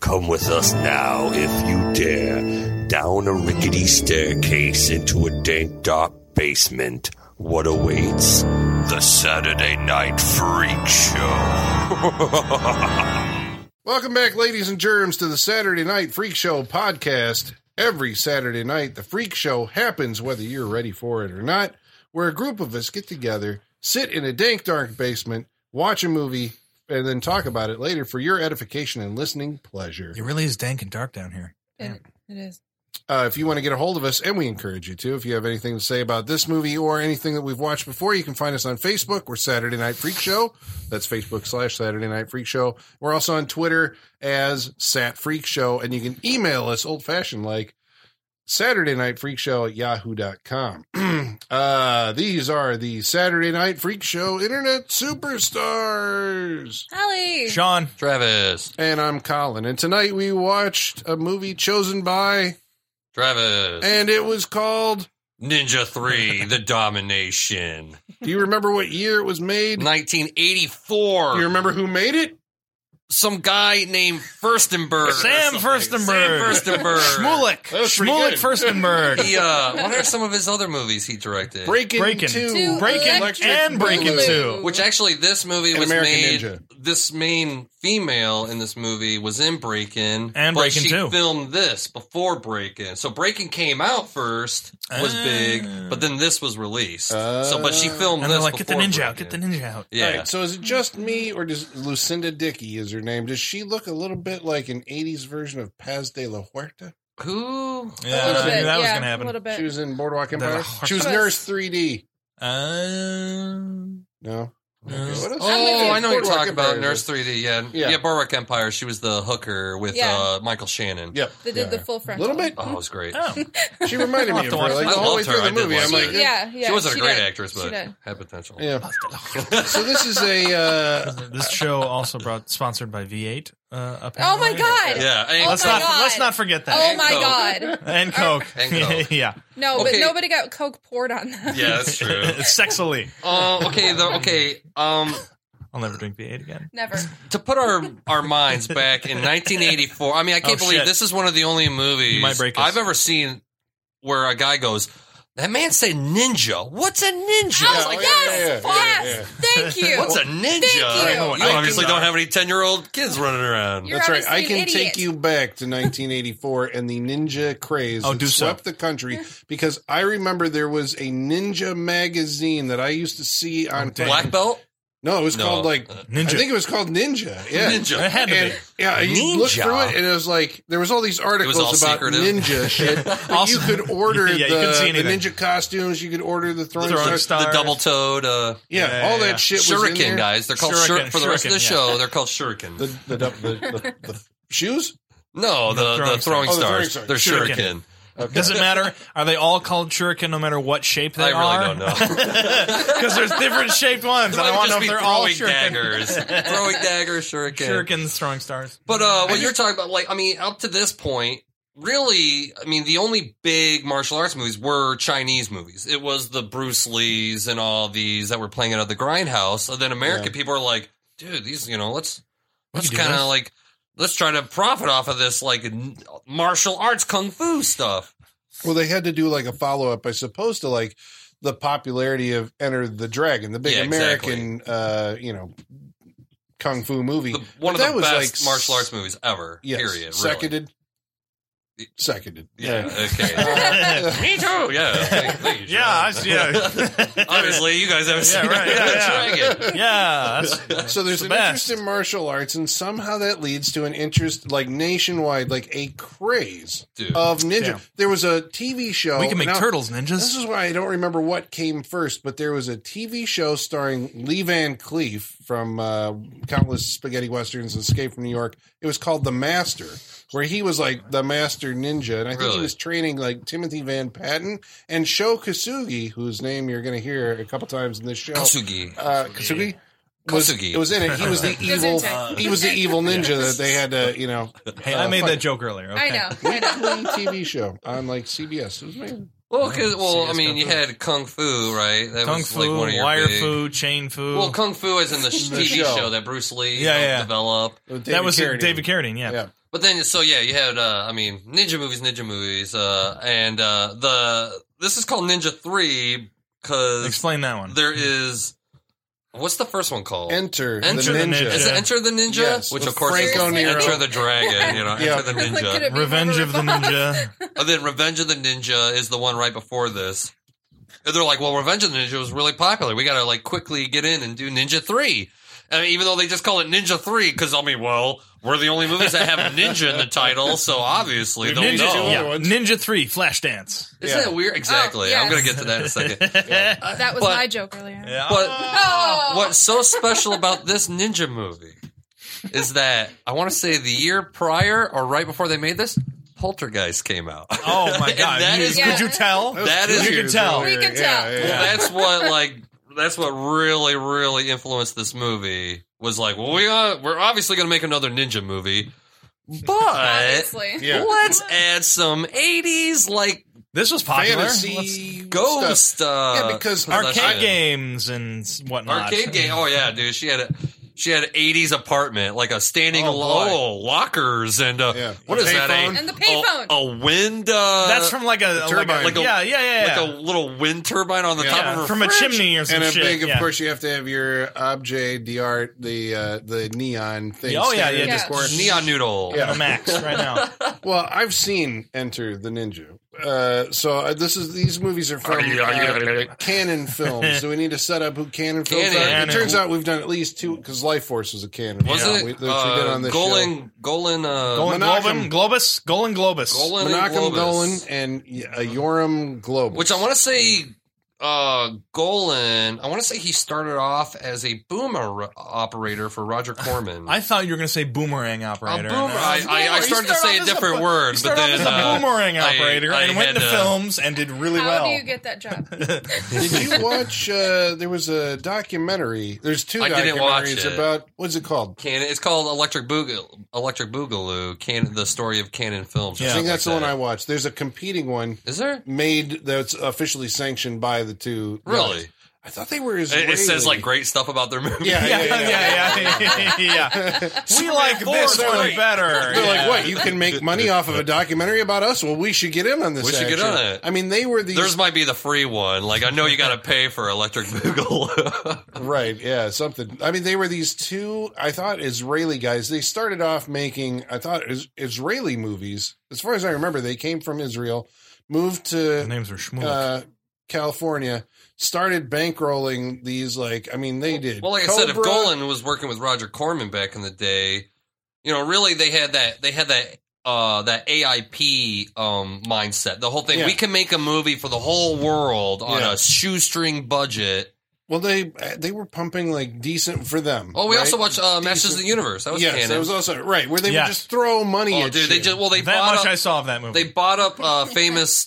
Come with us now, if you dare, down a rickety staircase into a dank, dark basement. What awaits? The Saturday Night Freak Show. Welcome back, ladies and germs, to the Saturday Night Freak Show podcast. Every Saturday night, the Freak Show happens whether you're ready for it or not, where a group of us get together, sit in a dank, dark basement, watch a movie, and then talk about it later for your edification and listening pleasure. It really is dank and dark down here. It, it is. Uh, if you want to get a hold of us, and we encourage you to, if you have anything to say about this movie or anything that we've watched before, you can find us on Facebook. We're Saturday Night Freak Show. That's Facebook slash Saturday Night Freak Show. We're also on Twitter as Sat Freak Show, and you can email us old fashioned like Saturday Night Freak Show at yahoo.com. uh, these are the Saturday Night Freak Show Internet Superstars. Holly. Sean, Travis. And I'm Colin. And tonight we watched a movie chosen by, Travis. and it was called. Ninja 3, The Domination. Do you remember what year it was made? 1984. You remember who made it? Some guy named Furstenberg. Sam Or something. Furstenberg. Sam Furstenberg. Schmulik, That was pretty Schmulik good. Furstenberg, He, uh, what are some of his other movies he directed? Breaking, Breaking. Two, Two Breaking Electric and Breaking Boogaloo. Two. Which actually, this movie And was American made. Ninja. This main female in this movie was in Breakin, And but Breakin' she too. filmed this before Breakin. So Breakin came out first, was Ah. big, but then this was released. so, but she Ah. filmed And this. they're like, get the before ninja out, get the Breakin'." ninja out. Yeah. All right, so is it just me, or does Lucinda Dickey is her name? Does she look a little bit like an '80s version of Paz de la Huerta? Who? Yeah, A little I knew bit, that was going yeah, to A happen. little bit. She was in Boardwalk De la Empire. Huerta. She was Nurse 3D. Um, No. No. What else? Oh, I know what you're Boardwalk talking about. Empire. Nurse 3D. Yeah. Yeah. Yeah. Boardwalk Empire. She was the hooker with Yeah. uh, Michael Shannon. Yep. They did the full A frontal. little bit. Oh, it was great. oh, She reminded I'll have me of to her. watch Like that. the I whole way loved her. through the I did movie, like I'm like, her. Yeah, yeah. she wasn't a great did. actress, She but did. had potential. yeah. So this is a uh, this show also brought sponsored by V8. Uh, Oh apparently. my god. Yeah, I mean, Oh Let's my not God. let's not forget that. Oh And my Coke. god. And Coke. And Coke. yeah. No, but Okay. nobody got Coke poured on them. Yeah, that's true. Sexily. uh, okay, the, okay. Um, I'll never drink V8 again. Never. to put our our minds back in 1984. I mean, I can't Oh, believe shit. this is one of the only movies You might break us. I've ever seen where a guy goes, "That man said ninja. What's a ninja? Oh, Like, yes, yeah, yeah, yeah. yes. Thank you. What's a ninja? you. You obviously don't have any ten year old kids running around. You're That's right. I obviously can an idiot. take you back to 1984 and the ninja craze Oh, that do so. swept the country because I remember there was a ninja magazine that I used to see on Oh, damn. Uh, Black belt. No, it was No. called like Ninja. I think it was called Ninja. Yeah. Ninja. It had to And, be. yeah, you Ninja. looked through it, and it was like there was all these articles all about secretive. ninja shit. But Also- you could order Yeah, you the, couldn't see the anything. ninja costumes. You could order the throwing, Throwing star- star- the double toed uh, Yeah, Yeah, all yeah, that yeah. shit. was in shuriken there. guys. They're called Shuriken, shuriken, for the rest of the shuriken, show. They're called shuriken. The, the, the, the, the, the shoes. no, the, throwing the throwing stars. Oh, the throwing stars. They're stars. shuriken. Shuriken. Does it matter? Are they all called shuriken no matter what shape they I are? really don't know. Because there's different shaped ones, and I want to know if they're all throwing shuriken. daggers, throwing daggers, shuriken. Shurikens throwing stars. But uh, what you're talking about, like, I mean, up to this point, really, I mean, the only big martial arts movies were Chinese movies. It was the Bruce Lees and all these that were playing out of the grindhouse. And then American people are like, dude, these, you know, let's We let's can do kind this. of like let's try to profit off of this like n- martial arts kung fu stuff. Well, they had to do like a follow up, I suppose, to like the popularity of Enter the Dragon, the big Yeah, exactly. American, uh, you know, kung fu movie. The, one But of the best martial arts movies ever. Yes, period. Really. Seconded. Seconded. Yeah. Okay. Uh, Me too. Yeah. Thank- thank you, Yeah, I Sean. see. Yeah, Obviously, you guys Yeah, haven't seen right, right, yeah, yeah, Dragon. yeah. That's, so there's the an best. interest in martial arts, and somehow that leads to an interest, like nationwide, like a craze Dude. Uh, of ninja. Yeah. There was a TV show. we can make and I'll- turtles This ninjas. is why I don't remember what came first, but there was a TV show starring Lee Van Cleef from uh, countless spaghetti westerns and Escape from New York. It was called The Master, where he was like the master ninja, and I think he Really? was training like Timothy Van Patten and Sho Kasugi, whose name you're going to hear a couple times in this show. Kasugi. Uh, Kasugi. Was, Kasugi. It was in it. He was the evil. Gesundheit. he was the evil ninja that they had to, you know. Hey, I uh, made fuck that joke earlier. Okay. I know. I know. weekly TV show on like CBS. It was made Well, 'cause- Oh, well, I serious mean, kung you fu. had Kung Fu, right? That Kung was fu, like one of your wire big- fu, chain fu. Well, Kung Fu is in the, The TV show. show. that Bruce Lee Yeah, helped yeah. develop. that was it- David Carradine. Yeah. Yeah. But then, so yeah, you had, uh, I mean, ninja movies, ninja movies, uh, and uh, the this is called Ninja Three because Explain that one. there is what's the first one called? Enter, Enter the the ninja. is Ninja. it Enter the Ninja? Yes, Which with of course Frank is O'Neill. Enter the Dragon, you know, Yeah. Enter the Like, could Ninja. it be Revenge more of the ripoff? Ninja. And then Revenge of the Ninja is the one right before this. And they're like, well, Revenge of the Ninja was really popular. We got to like quickly get in and do Ninja 3. And even though they just call it Ninja 3, because I mean, well, we're the only movies that have Ninja in the title, so obviously they'll Ninja, know. yeah. other ones. Ninja Three, Flashdance. Isn't Yeah. that weird? Exactly. I'm yes. going to get to that in a second. yeah. That was But- my joke earlier. But Oh, what's so special about this Ninja movie is that I want to say the year prior or right before they made this, Poltergeist came out. Oh my And god! that You- is- Could you tell? was That is- two You can years tell. earlier. We can Yeah, tell. yeah, Well, yeah. that's what like that's what really really influenced this movie was like well we are we're obviously going to make another ninja movie but obviously. Yeah. let's add some 80s like This was popular. Let's- fantasy stuff. ghost uh, Yeah, because possession. Arcade games and s- whatnot. arcade game oh yeah dude she had a she had an 80s apartment like a standing Oh, boy. low lockers and uh, Yeah. what is A that payphone. a, And the payphone. a, a wind uh, That's from like a, like a, turbine. Like a- yeah, yeah, yeah, yeah. like a little wind turbine on the Yeah. top Yeah, of her from a fridge. chimney or some And a shit. big, of yeah. course, you have to have your objet d'art, the uh, the neon thing. Oh, yeah, standing yeah, in the just- corner. neon noodle Yeah. On the max right now. Well, I've seen Enter the Ninja, uh, so uh, this is these movies are from uh, canon films. So we need to set up who canon films are. Canon. It turns out we've done at least two because Life Force was a canon. Was film it We, that we did uh, on this show. Golan? Golan? Uh, Golan Menachem. Globum, Globus, Golan Globus. Golan? and Menachem Globus. Golan and uh, Yoram Globus. Which I want to say, uh, Golan. I want to say he started off as a boomer r- operator for Roger Corman. I thought you were going to say boomerang a operator. boomer. I, I, I You started to start off say a as different bo- word, you but start off then as a uh, boomerang I- operator I and went had into uh, to- films and did really How well. do you get that job? Did you watch? Uh, there was a documentary. There's two I documentaries didn't watch it. about what's it called? Can it's called Electric Boogaloo? Electric Boogaloo. Can the story of Canon Films? or Yeah. I think something that's the like one I that. watched. There's a competing one Is there made that's officially sanctioned by the two. guys. really? I thought they were It, Israeli. it says like great stuff about their movie. Yeah, yeah, yeah, yeah, yeah. yeah, we like four this is one great. better. They're yeah. like, what? You can make money off of a documentary about us? Well, we should get in on this. We should get action. on it. I mean, they were these. Theirs might be the free one. Like I know you got to pay for Electric Boogaloo. Right. Yeah. Something. I mean, they were these two, I thought, Israeli guys. They started off making, I thought, is, Israeli movies. As far as I remember, they came from Israel, moved The to names are Schmuck. uh, California, started bankrolling these. Like, I mean, they did. Well, like I said, if Cobra- Golan was working with Roger Corman back in the day, you know, really they had that they had that uh that AIP um mindset. The whole thing Yeah. we can make a movie for the whole world on Yeah. a shoestring budget. Well, they they were pumping like decent for them. Oh, we right? also watched uh, Masters of the Universe. That was yes, canon. that was also right where they Yeah. would just throw money. oh, at dude, they shit. just well they that bought much up I saw of that movie. they bought up uh, famous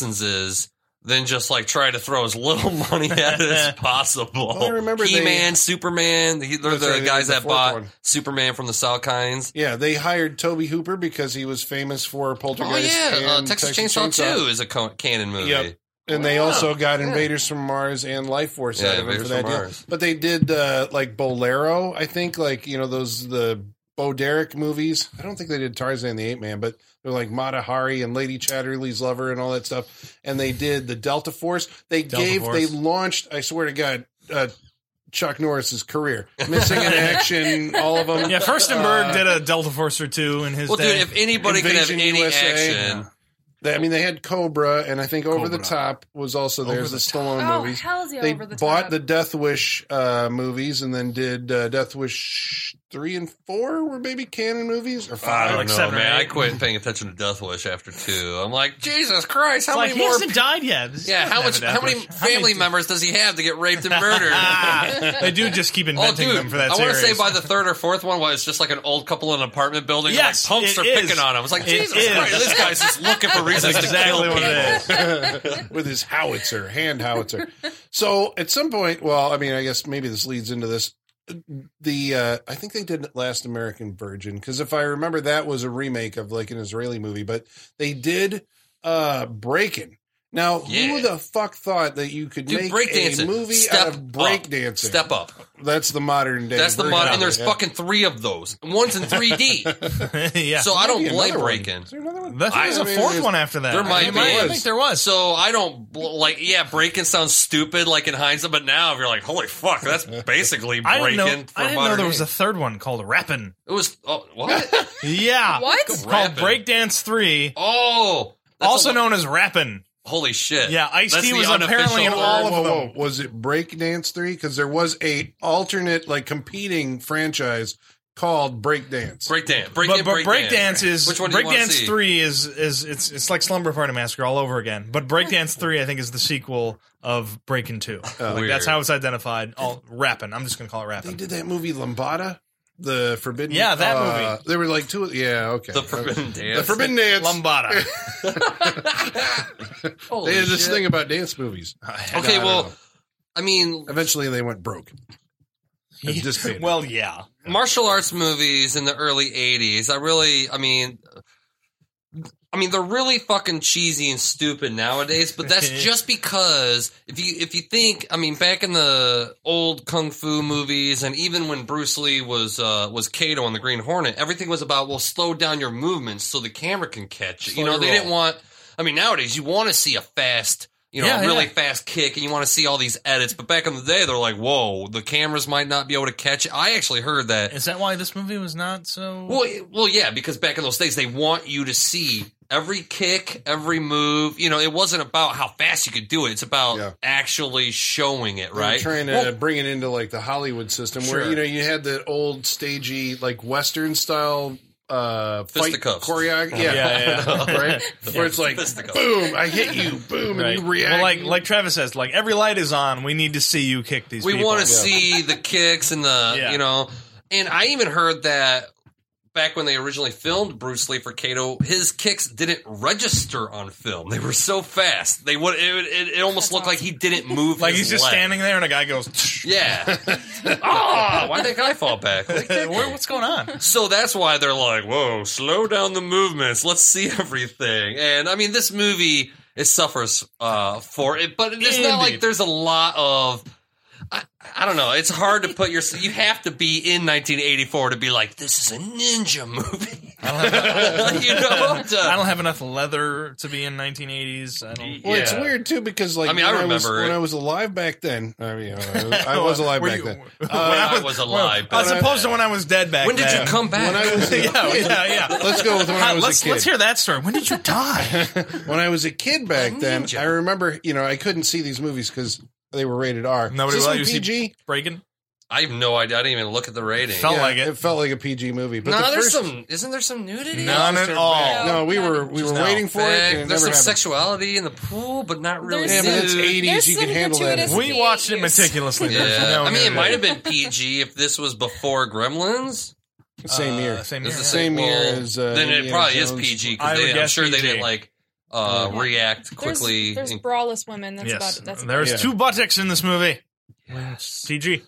licenses. Then just like try to throw as little money at it as possible. Well, I remember they- He-Man, Superman. He, they're That's the right, they guys did the that fourth bought one. Superman from the Salkinds. Yeah, they hired Toby Hooper because he was famous for Poltergeist. Oh yeah, uh, and Texas, Chainsaw, 2 is a co- canon movie. Yep. And they also got Invaders from Mars and Life Force Yeah, out of it for Invaders that from deal. Mars. But they did uh, like Bolero, I think, like you know those the Bo Derek movies. I don't think they did Tarzan and the Ape Man, but they're like Mata Hari and Lady Chatterley's Lover and all that stuff. And they did the Delta Force. They Delta gave, Force. they launched. I swear to God. Uh, Chuck Norris's career, missing in action, all of them. yeah, Furstenberg Uh, did a Delta Force or two in his Well, day. dude, if anybody could have Invasion any USA. action, They, I mean, they had Cobra, and I think Over the Cobra. Top was also there. Over as the the Stallone oh, movies. hell's yeah, they over the bought top. the Death Wish uh, movies and then did uh, Death Wish three and four were maybe canon movies or I five. don't Like know, seven or man. eight. I quit paying attention to Death Wish after two. I'm like, Jesus Christ, how It's like, many he more? hasn't died yet. He Yeah, how much? doesn't have How a many Death Wish. family members does he have to get raped and murdered? Ah, they do just keep Oh, inventing dude! them for that I want to series. say by the third or fourth one, was it's just like an old couple in an apartment building. Yes, and like punks it are is. picking on him. It's like It Jesus is. Christ, this guy's just looking for reasons That's exactly to kill what people. it is. with his howitzer, hand howitzer. so at some point, well, I mean, I guess maybe this leads into this. The uh, I think they did Last American Virgin because if I remember, that was a remake of like an Israeli movie, but they did uh, Breaking. Now, Yeah. who the fuck thought that you could Dude, make breakdancing. a movie Step out of breakdancing? Step up. That's the modern day. That's the version mod. of And there's it. fucking three of those. One's in 3D. yeah. So I don't Maybe blame another one. breaking. Is there another one? I thought there was I a mean, fourth there's- one after that. There might I, be. I think there was. So I don't bl- like. Yeah, breaking sounds stupid, like in hindsight. But now, if you're like, holy fuck, that's basically I breaking. didn't know. for I didn't know modern there was day. a third one called Rappin'. It was. Oh, what? Yeah. What? It's called Rappin'. Breakdance Three, oh, that's also a- known as Rappin'. Holy shit! Yeah, Ice-T That's the was apparently in unofficial- all of Whoa, whoa, them. whoa. Was it Breakdance Three? Because there was a alternate, like competing franchise called Breakdance. breakdance. Break But, but breakdance. breakdance is Which one do you wanna breakdance see? three is is it's it's like Slumber Party Massacre all over again. But breakdance three, I think, is the sequel of Breaking Two. like Weird. that's how it's identified. All rapping. I'm just gonna call it They rapping. did that movie Lombada, the Forbidden. Uh, Yeah, that movie. There were like two. Yeah, okay. The forbidden dance. The Forbidden Dance. Lombada. Holy they had this shit. thing about dance movies. Okay, I well, don't know. I mean, eventually they went broke. And dissipated. well, yeah. martial arts movies in the early 80s i really i mean i mean they're really fucking cheesy and stupid nowadays but that's just because if you if you think i mean back in the old kung fu movies and even when bruce lee was uh was kato on the green hornet everything was about well slow down your movements so the camera can catch it you Slow know they roll. didn't want i mean nowadays you want to see a fast you know, Yeah, a really yeah. fast kick, and you want to see all these edits. But back in the day, they're like, "Whoa, the cameras might not be able to catch it." I actually heard that Is that why this movie was not so? well, it- well, yeah, because back in those days, they want you to see every kick, every move. You know, it wasn't about how fast you could do it; it's about Yeah. actually showing it, They were right? trying to Well, bring it into like the Hollywood system where Sure. you know you had the old stagey like Western style uh fight Fisticuffs. choreo- yeah, yeah, yeah, yeah. right where it's like Fisticuffs. boom I hit you boom Right. and you react Well, like like Travis says, like every light is on. We need to see you kick these. we people. want to see the kicks and the Yeah. you know. And I even heard that back when they originally filmed Bruce Lee for Kato, his kicks didn't register on film. They were so fast; they would it, it, it almost That's looked like he didn't move. Like his he's just leg. standing there, and a guy goes, Yeah. oh, why did that guy fall back? Like, "Hey, what- "What's going on?" So that's why they're like, whoa, slow down the movements. Let's see everything. And I mean, this movie, it suffers uh, for it, but it's not Indeed. like there's a lot of. I, I don't know. It's hard to put your. You have to be in 1984 to be like, this is a ninja movie. I don't have, you know? to- I don't have enough leather to be in 1980s. I don't. well, it's yeah. weird too because like I mean, when I was, remember when it. I was alive back then I mean you know, I was alive Were back you- then when I was alive Uh, Well, as back opposed then. to when I was dead back. when did then. you come back? when I was a yeah, kid- yeah, yeah. let's go with when I was let's a kid let's hear that story. When did you die? when I was a kid back then, Ninja. I remember, you know, I couldn't see these movies because they were rated R. Nobody Is this let one you see- PG? Breaking. I have no idea. I didn't even look at the rating. Felt- like it. felt like a PG movie. But no, the there's first, some. Isn't there some nudity? None at all. No, we were we were No. waiting for it. Big- And it There's never some happened. sexuality in the pool, but not really. There's Yeah, but it's nude. some- 80s, there's you some can handle that. gratuitous We watched it behaviors. meticulously. There's Yeah. no I mean, it nudity. might have been PG if this was before Gremlins. same Uh, year. same This year. is Same well, year as uh, then it Indiana probably is Jones. PG I because would I'm guess sure they PG. didn't like uh, Yeah. react There's- quickly. There's, braless women. That's yes, about. That's there's Yeah. two buttocks in this movie. Yes. CG.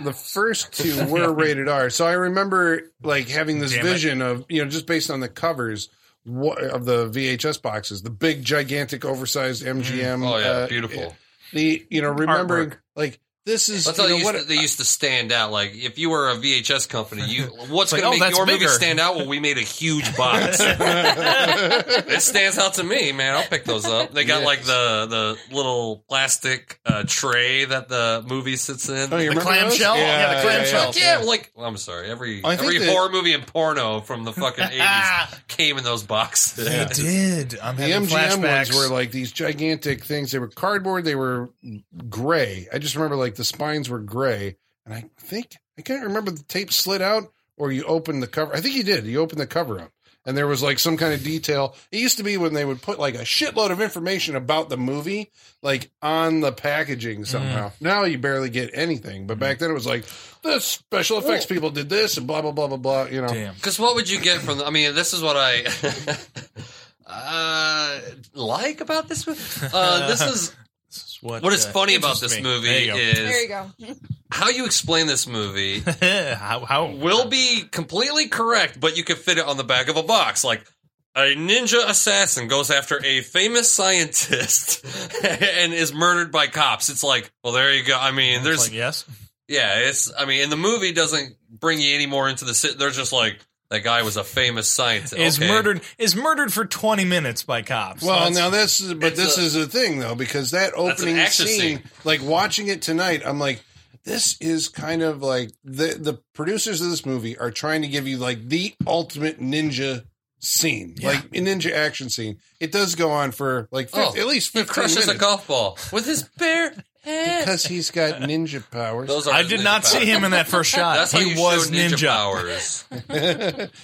The first two were rated R. So I remember like having this Damn it. vision of you know just based on the covers. What, of the VHS boxes, the big, gigantic, oversized MGM. Oh yeah, uh, beautiful. The you know remembering Artwork. like this is That's you how they know, used, what to, they used to stand out. Like if you were a VHS company, you what's like, going oh, to make that's your movie bigger. stand out? Well, we made a huge box. it stands out to me, man. I'll pick those up. They got Yes. like the the little plastic uh, tray that the movie sits in. Oh, you The remember clamshell? those? Yeah, the clamshell. Fuck yeah, like well, I'm sorry. Every I think every that- horror movie and porno from the fucking eighties came in those boxes. They did. I'm The having MGM flashbacks. ones were like these gigantic things. They were cardboard. They were gray. I just remember like the spines were gray, and I think I can't remember the tape slid out or you opened the cover. I think you did. You opened the cover up, and there was like some kind of detail. It used to be when they would put like a shitload of information about the movie like on the Mm. packaging somehow. Now you barely get anything, but back then it was like the special effects people did this and blah blah blah blah blah. You know, Damn. Because what would you get from? The, I mean, this is what I uh, like about this movie. Uh, this is This is what, what is uh, funny about interests this me. movie There is you go. how you explain this movie There you go. how, how will be completely correct, but you can fit it on the back of a box, like. a ninja assassin goes after a famous scientist and is murdered by cops. It's like, well, there you go. I mean, It's there's like, yes. yeah, it's. I mean, and the movie doesn't bring you any more into the. si- They're just like that guy was a famous scientist. Is Okay. murdered is murdered for twenty minutes by cops. Well, That's- now this is, but it's this a- is a thing though because that an opening action scene, scene. like watching it tonight, I'm like, this is kind of like the the producers of this movie are trying to give you like the ultimate ninja scene, Yeah. like a ninja action scene. It does go on for like 50, Oh, at least He 15 crushes a minutes golf ball with his bare hand. because he's got ninja powers. Those are I his did ninja not see powers. him in that first shot. That's how he you was show ninja, ninja. powers.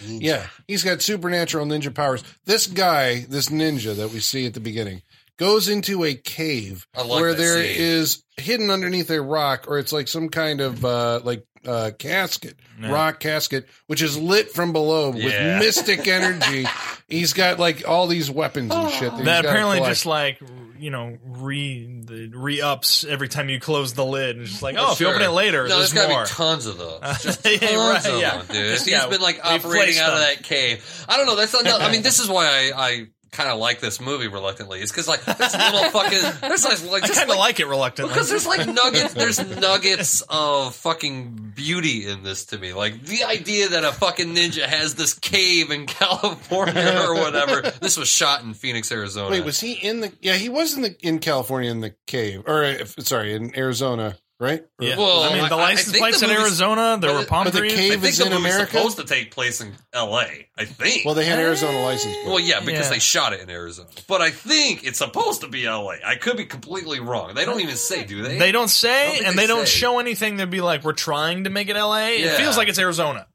Yeah, he's got supernatural ninja powers. This guy, this ninja that we see at the beginning, goes into a cave I like where that there scene. is hidden underneath a rock, or it's like some kind of uh, like uh, casket, Yeah. rock casket, which is lit from below Yeah. with mystic energy. he's got like all these weapons and shit. That, he's That gotta apparently collect. just like you know re the re ups every time you close the lid. It's just like oh, if you Sure. open it later, No, there's gotta more. be tons of those. Just Yeah, tons right, of yeah. them, dude. Just He's gotta been like replace operating out of them. that cave. I don't know. That's not, I mean, this is why I, I kind of like this movie reluctantly. It's because like there's little fucking there's like, like I just kind of like like it reluctantly. because there's like nuggets there's nuggets of fucking beauty in this to me like the idea that a fucking ninja has this cave in california or whatever this was shot in phoenix arizona Wait, was he in the? Yeah, he was in the in California in the cave, or uh, if- sorry, in Arizona, right? Or- yeah. Well, I mean, the I- I license think plates the in movie's- Arizona. There but were it- palm but the trees. i cave- think is the in movie's America? supposed to take place in la i think Well, they had Arizona license. plate. Well, yeah, because Yeah. they shot it in Arizona. But I think it's supposed to be LA. I could be completely wrong. They don't even say, do they? They don't don't say, think and they they don't say. show anything. They'd be like, "We're trying to make it L.A." Yeah. It feels like it's Arizona,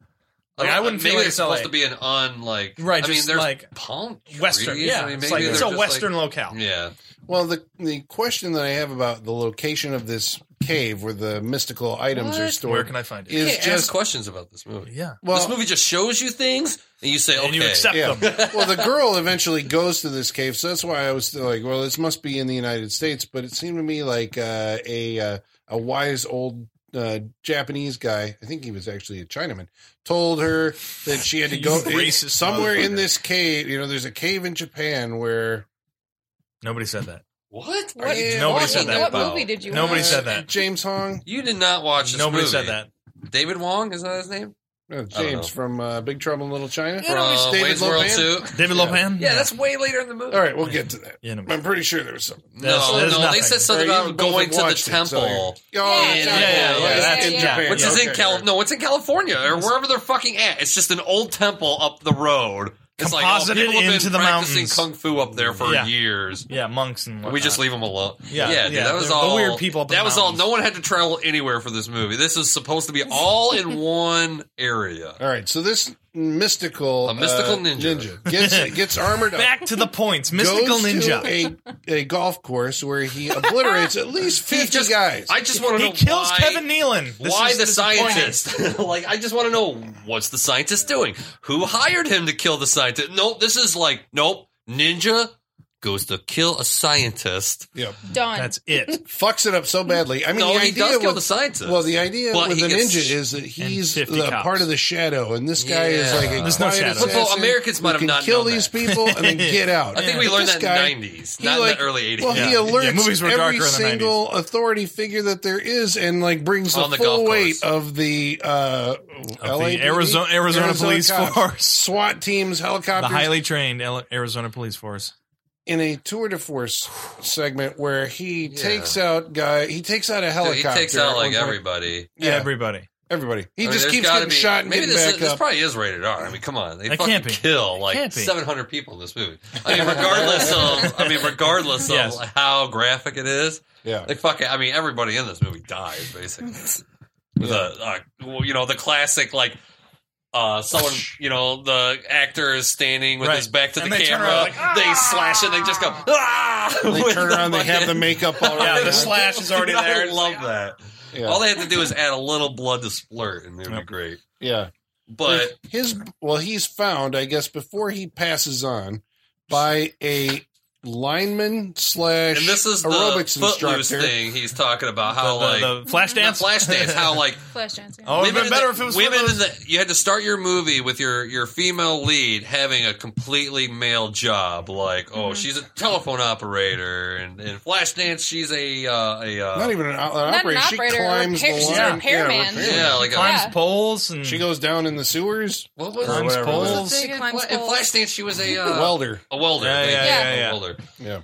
like, I wouldn't Maybe feel like it's it's LA. supposed to be an un like. Right, I mean, just there's like palm trees. Western. Yeah, I mean, it's maybe like they're it's a just, like- Western locale. yeah, Well, the the question that I have about the location of this cave where the mystical items are What? stored Where can I find it? is Can't ask just questions about this movie. yeah, well, this movie just shows you things, and you say, and okay, you accept yeah. them. well, the girl eventually goes to this cave, so that's why I was like, well, this must be in the United States, but it seemed to me like uh, a uh, a wise old. Uh, Japanese guy, I think he was actually a Chinaman, told her that she had to You go racist somewhere in motherfucker. this cave. You know, there's a cave in Japan where Nobody said that. what? What- Are you Nobody talking said that, What about? movie did you Nobody watch? said that. uh, James Hong, You did not watch this Nobody movie. said that. David Wong is that his name? no, James from uh, Big Trouble in Little China. From David Wayne's World Lopan? Two. David Yeah. Lopan. Yeah, that's way later in the movie. All right, we'll get to that. Yeah, no. I'm pretty sure there was something. No, There's- there's no, they nothing. said something Or you both about going to have the watched it, so temple. you're- Yeah, it's yeah, not- yeah, yeah, it's that's in in Japan. Japan. Which is Okay. in Cal? No, it's in California or wherever they're fucking at. It's just an old temple up the road. It's Composited like oh, people have into been the practicing mountains. kung fu up there for Yeah. years. yeah, monks and We whatnot. just leave them alone. Yeah, yeah, dude, yeah, that was they're the all. weird people up in that the was all. mountains. No one had to travel anywhere for this movie. This is supposed to be all in one area. All right, so this mystical A mystical uh, ninja. gets gets armored up. back to the points. Mystical goes ninja. to a, a golf course where he obliterates at least He fifty just- guys. I just want to He know kills why- Kevin Nealon. This Why is the disappointing. scientist? like, I just want to know what's the scientist doing? Who hired him to kill the scientist? Nope, this is like, nope, ninja goes to kill a scientist. yeah, Done. That's it. fucks it up so badly. I mean, No, the he idea does kill with- the scientist. well, the idea But with he the gets ninja sh- is that he's 50 the cops. part of the shadow, and this guy is Yeah. like a There's no quiet shadow. assassin Well, Americans who might have can not kill known these that. people and then get out. I think we But learned this that guy- in the 90s, he, not in like- the early 80s. Well, he Yeah. alerts Yeah, movies were darker every in the 90s. single authority figure that there is, and like brings the, On the golf full course. weight of the uh, Of LAPD? the Arizona, Arizona, Police cops, Force. SWAT teams, The helicopters, highly trained Al- Arizona Police Force. in a tour de force segment where he Yeah. takes out guy. He takes out a Dude, helicopter. he takes out at like one point. everybody. Yeah, Everybody. everybody. He I mean, just there's keeps gotta getting be- shot and maybe getting this, back this up. probably is rated R. I mean, come on, they That fucking can't be. kill like Can't be. 700 people in this movie. I mean, regardless of, I mean, regardless of Yes. how graphic it is, yeah. Like fucking, I mean, everybody in this movie dies basically. With a, uh, well, you know, the classic like, uh, someone, you know, the actor is standing with Right. his back to And the they turn camera. around like, They slash it. They just go. Ah! They with turn the around. They have the fucking- makeup all Yeah, around. the slash is already Dude, I there. love that. yeah. All they have to do is add a little blood to splurt, and it would be Yep. great. yeah. But his well, he's found, I guess, before he passes on by a lineman slash And this is the aerobics footloose instructor. thing he's talking about. How the, like the flash dance. flash dance. How like Flash dance. yeah. Oh, it would have in been better the- if it was women women. in the. You had to start your movie with your your female lead having a completely male job. Like, oh, she's a telephone operator, and in Flashdance, she's a uh, a uh, Not even an, out- an an operator. She operator, a climbs repair- the she's line. a repairman. repairman. yeah, like a, climbs Yeah. poles and She goes down in the sewers. what was Or climbs whatever it was. poles. Thing in Climbs Fla- in poles. Flashdance, she was a uh, Welder. a welder. Yeah, thank yeah, you, yeah, a yeah. welder. Yeah.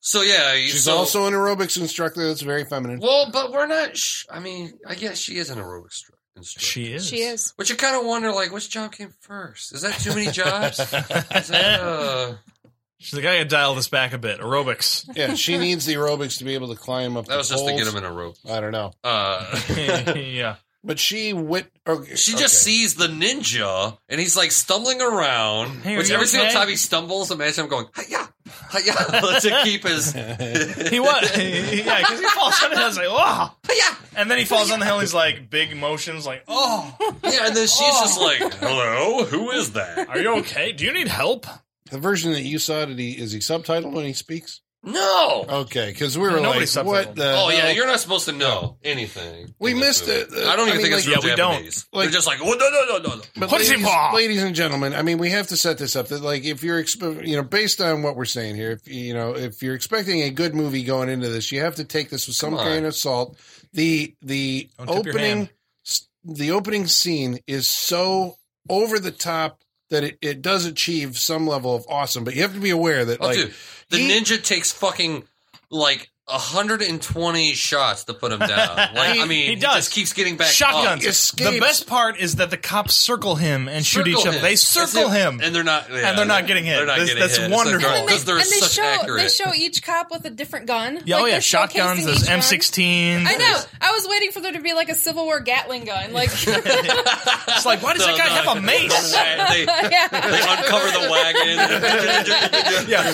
So yeah, She's so- also an aerobics instructor. That's very feminine. well, but we're not. Sh- I mean, I guess she is an aerobics instru- instructor. She is. She is. But you kind of wonder, like, which job came first? Is that too many jobs? Is that, uh, She's like, I gotta dial this back a bit. Aerobics. Yeah, she needs the aerobics to be able to climb up. that was the just to get poles. him in a rope. I don't know, Uh, yeah. but she went. Okay, she okay. just sees the ninja, and he's like stumbling around. Hey, are which you every single okay? time he stumbles, imagine him going, "Hiya, hiya," to keep his He was. Yeah, because he falls on the hill. He's like, oh. hiya. And then he falls on the hill. He's like, big motions, like, oh, Yeah, and then she's just like, "Hello, who is that?" are you okay? Do you need help? The version that you saw did he is he subtitled when he speaks? No. Okay, because we were like, Nobody's what subtitled. the? Oh yeah, hell? you're not supposed to know anything. We in this missed it. movie. I don't I even mean, think it's like- real Yeah, we don't. Japanese. Like- They're just like, "Oh no, no, no, no, no." But What is it ladies, for? ladies and gentlemen, I mean, we have to set this up that, like, if you're, exp- you know, based on what we're saying here, if you know, if you're expecting a good movie going into this, you have to take this with some Come on. kind of salt. The the Don't tip your opening hand. s- the opening scene is so over the top that it, it does achieve some level of awesome, but you have to be aware that, Oh, like, dude, the he- ninja takes fucking like 120 shots to put him down. Like, I mean, he, does. just keeps getting back. Shotguns. up. escapes. The best part is that the cops circle him and Circle shoot each other. him. They That's circle it. him. and they're not. yeah, And they're not getting hit. They're not That's- getting that's hit. wonderful. It's like, because Oh, they're and they such show accurate. they show each cop with a different gun. yeah, oh yeah, Like, they're shotguns. showcasing There's each gun. M16. I know. I was waiting for there to be like a Civil War Gatling gun. Like, It's like, why does that No, guy no, have a mace? they, they yeah. uncover the wagon. yeah,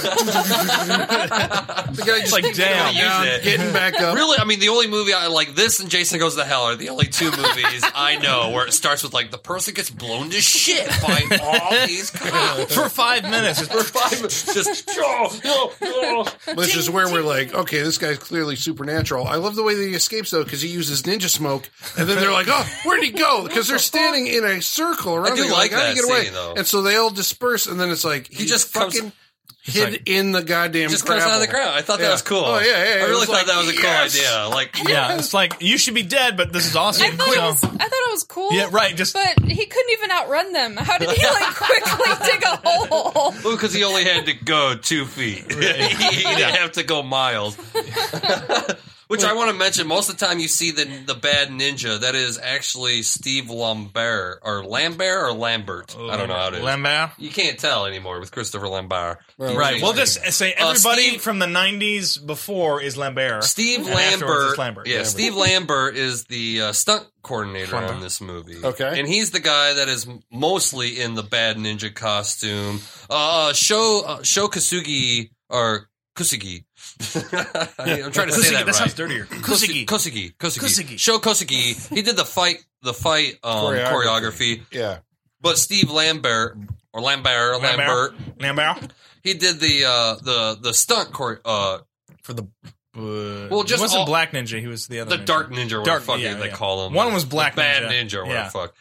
the guy it's just like damn. Use it. getting back up. Really, I mean, the only movie I like this and Jason Goes to Hell are the only two movies I know where it starts with like the person gets blown to shit by all these cops. For five minutes, For five minutes, just oh, oh, oh. Which is where we're like, okay, this guy's clearly supernatural. I love the way that he escapes though, because he uses ninja smoke, and then they're like, "Oh, where'd he go?" Because they're standing in a circle around. I do him, like how do you that get away? scene, though. And so they all disperse, and then it's like he, just just comes- fucking hid in the goddamn. just comes out of the gravel. ground. I thought that Yeah. was cool. Oh, yeah, yeah, I it really was thought like, that was a cool yes. idea. Like, yeah, it's like you should be dead, but this is awesome. I thought, you it know? was, I thought it was cool. Yeah, right, just- but he couldn't even outrun them. How did he like quickly dig a hole? because he only had to go two feet. he didn't have to go miles. Which I want to mention. Most of the time, you see the the bad ninja. That is actually Steve Lambert or Lambert or Lambert. I don't know how it is. Lambert. You can't tell anymore with Christopher Lambert. Right. We'll just say Uh, everybody Steve- from the '90s before is Lambert. Steve And afterwards Lambert, it's Lambert. Yeah, Lambert. Steve Lambert is the uh, stunt coordinator Lambert. on this movie. Okay. and he's the guy that is mostly in the bad ninja costume. Uh, show uh, Show Kasugi or Kusugi. I mean, I'm trying to say Kusugi, that, sounds right. dirtier. Kusugi, Kusugi. Kusugi, Kusugi. Kusugi. Show Kusugi. He did the fight, the fight um, Choreography. choreography. Yeah, But Steve Lambert or Lambert, Lambert. Lambert, Lambert he did the uh, the the stunt chore- uh, for the. Uh, Well, just he wasn't all- Black Ninja. He was the other. the ninja. dark ninja, or Dark- whatever the fuck yeah, they yeah. call him. One was The Black bad Ninja. ninja, or whatever Yeah. the fuck.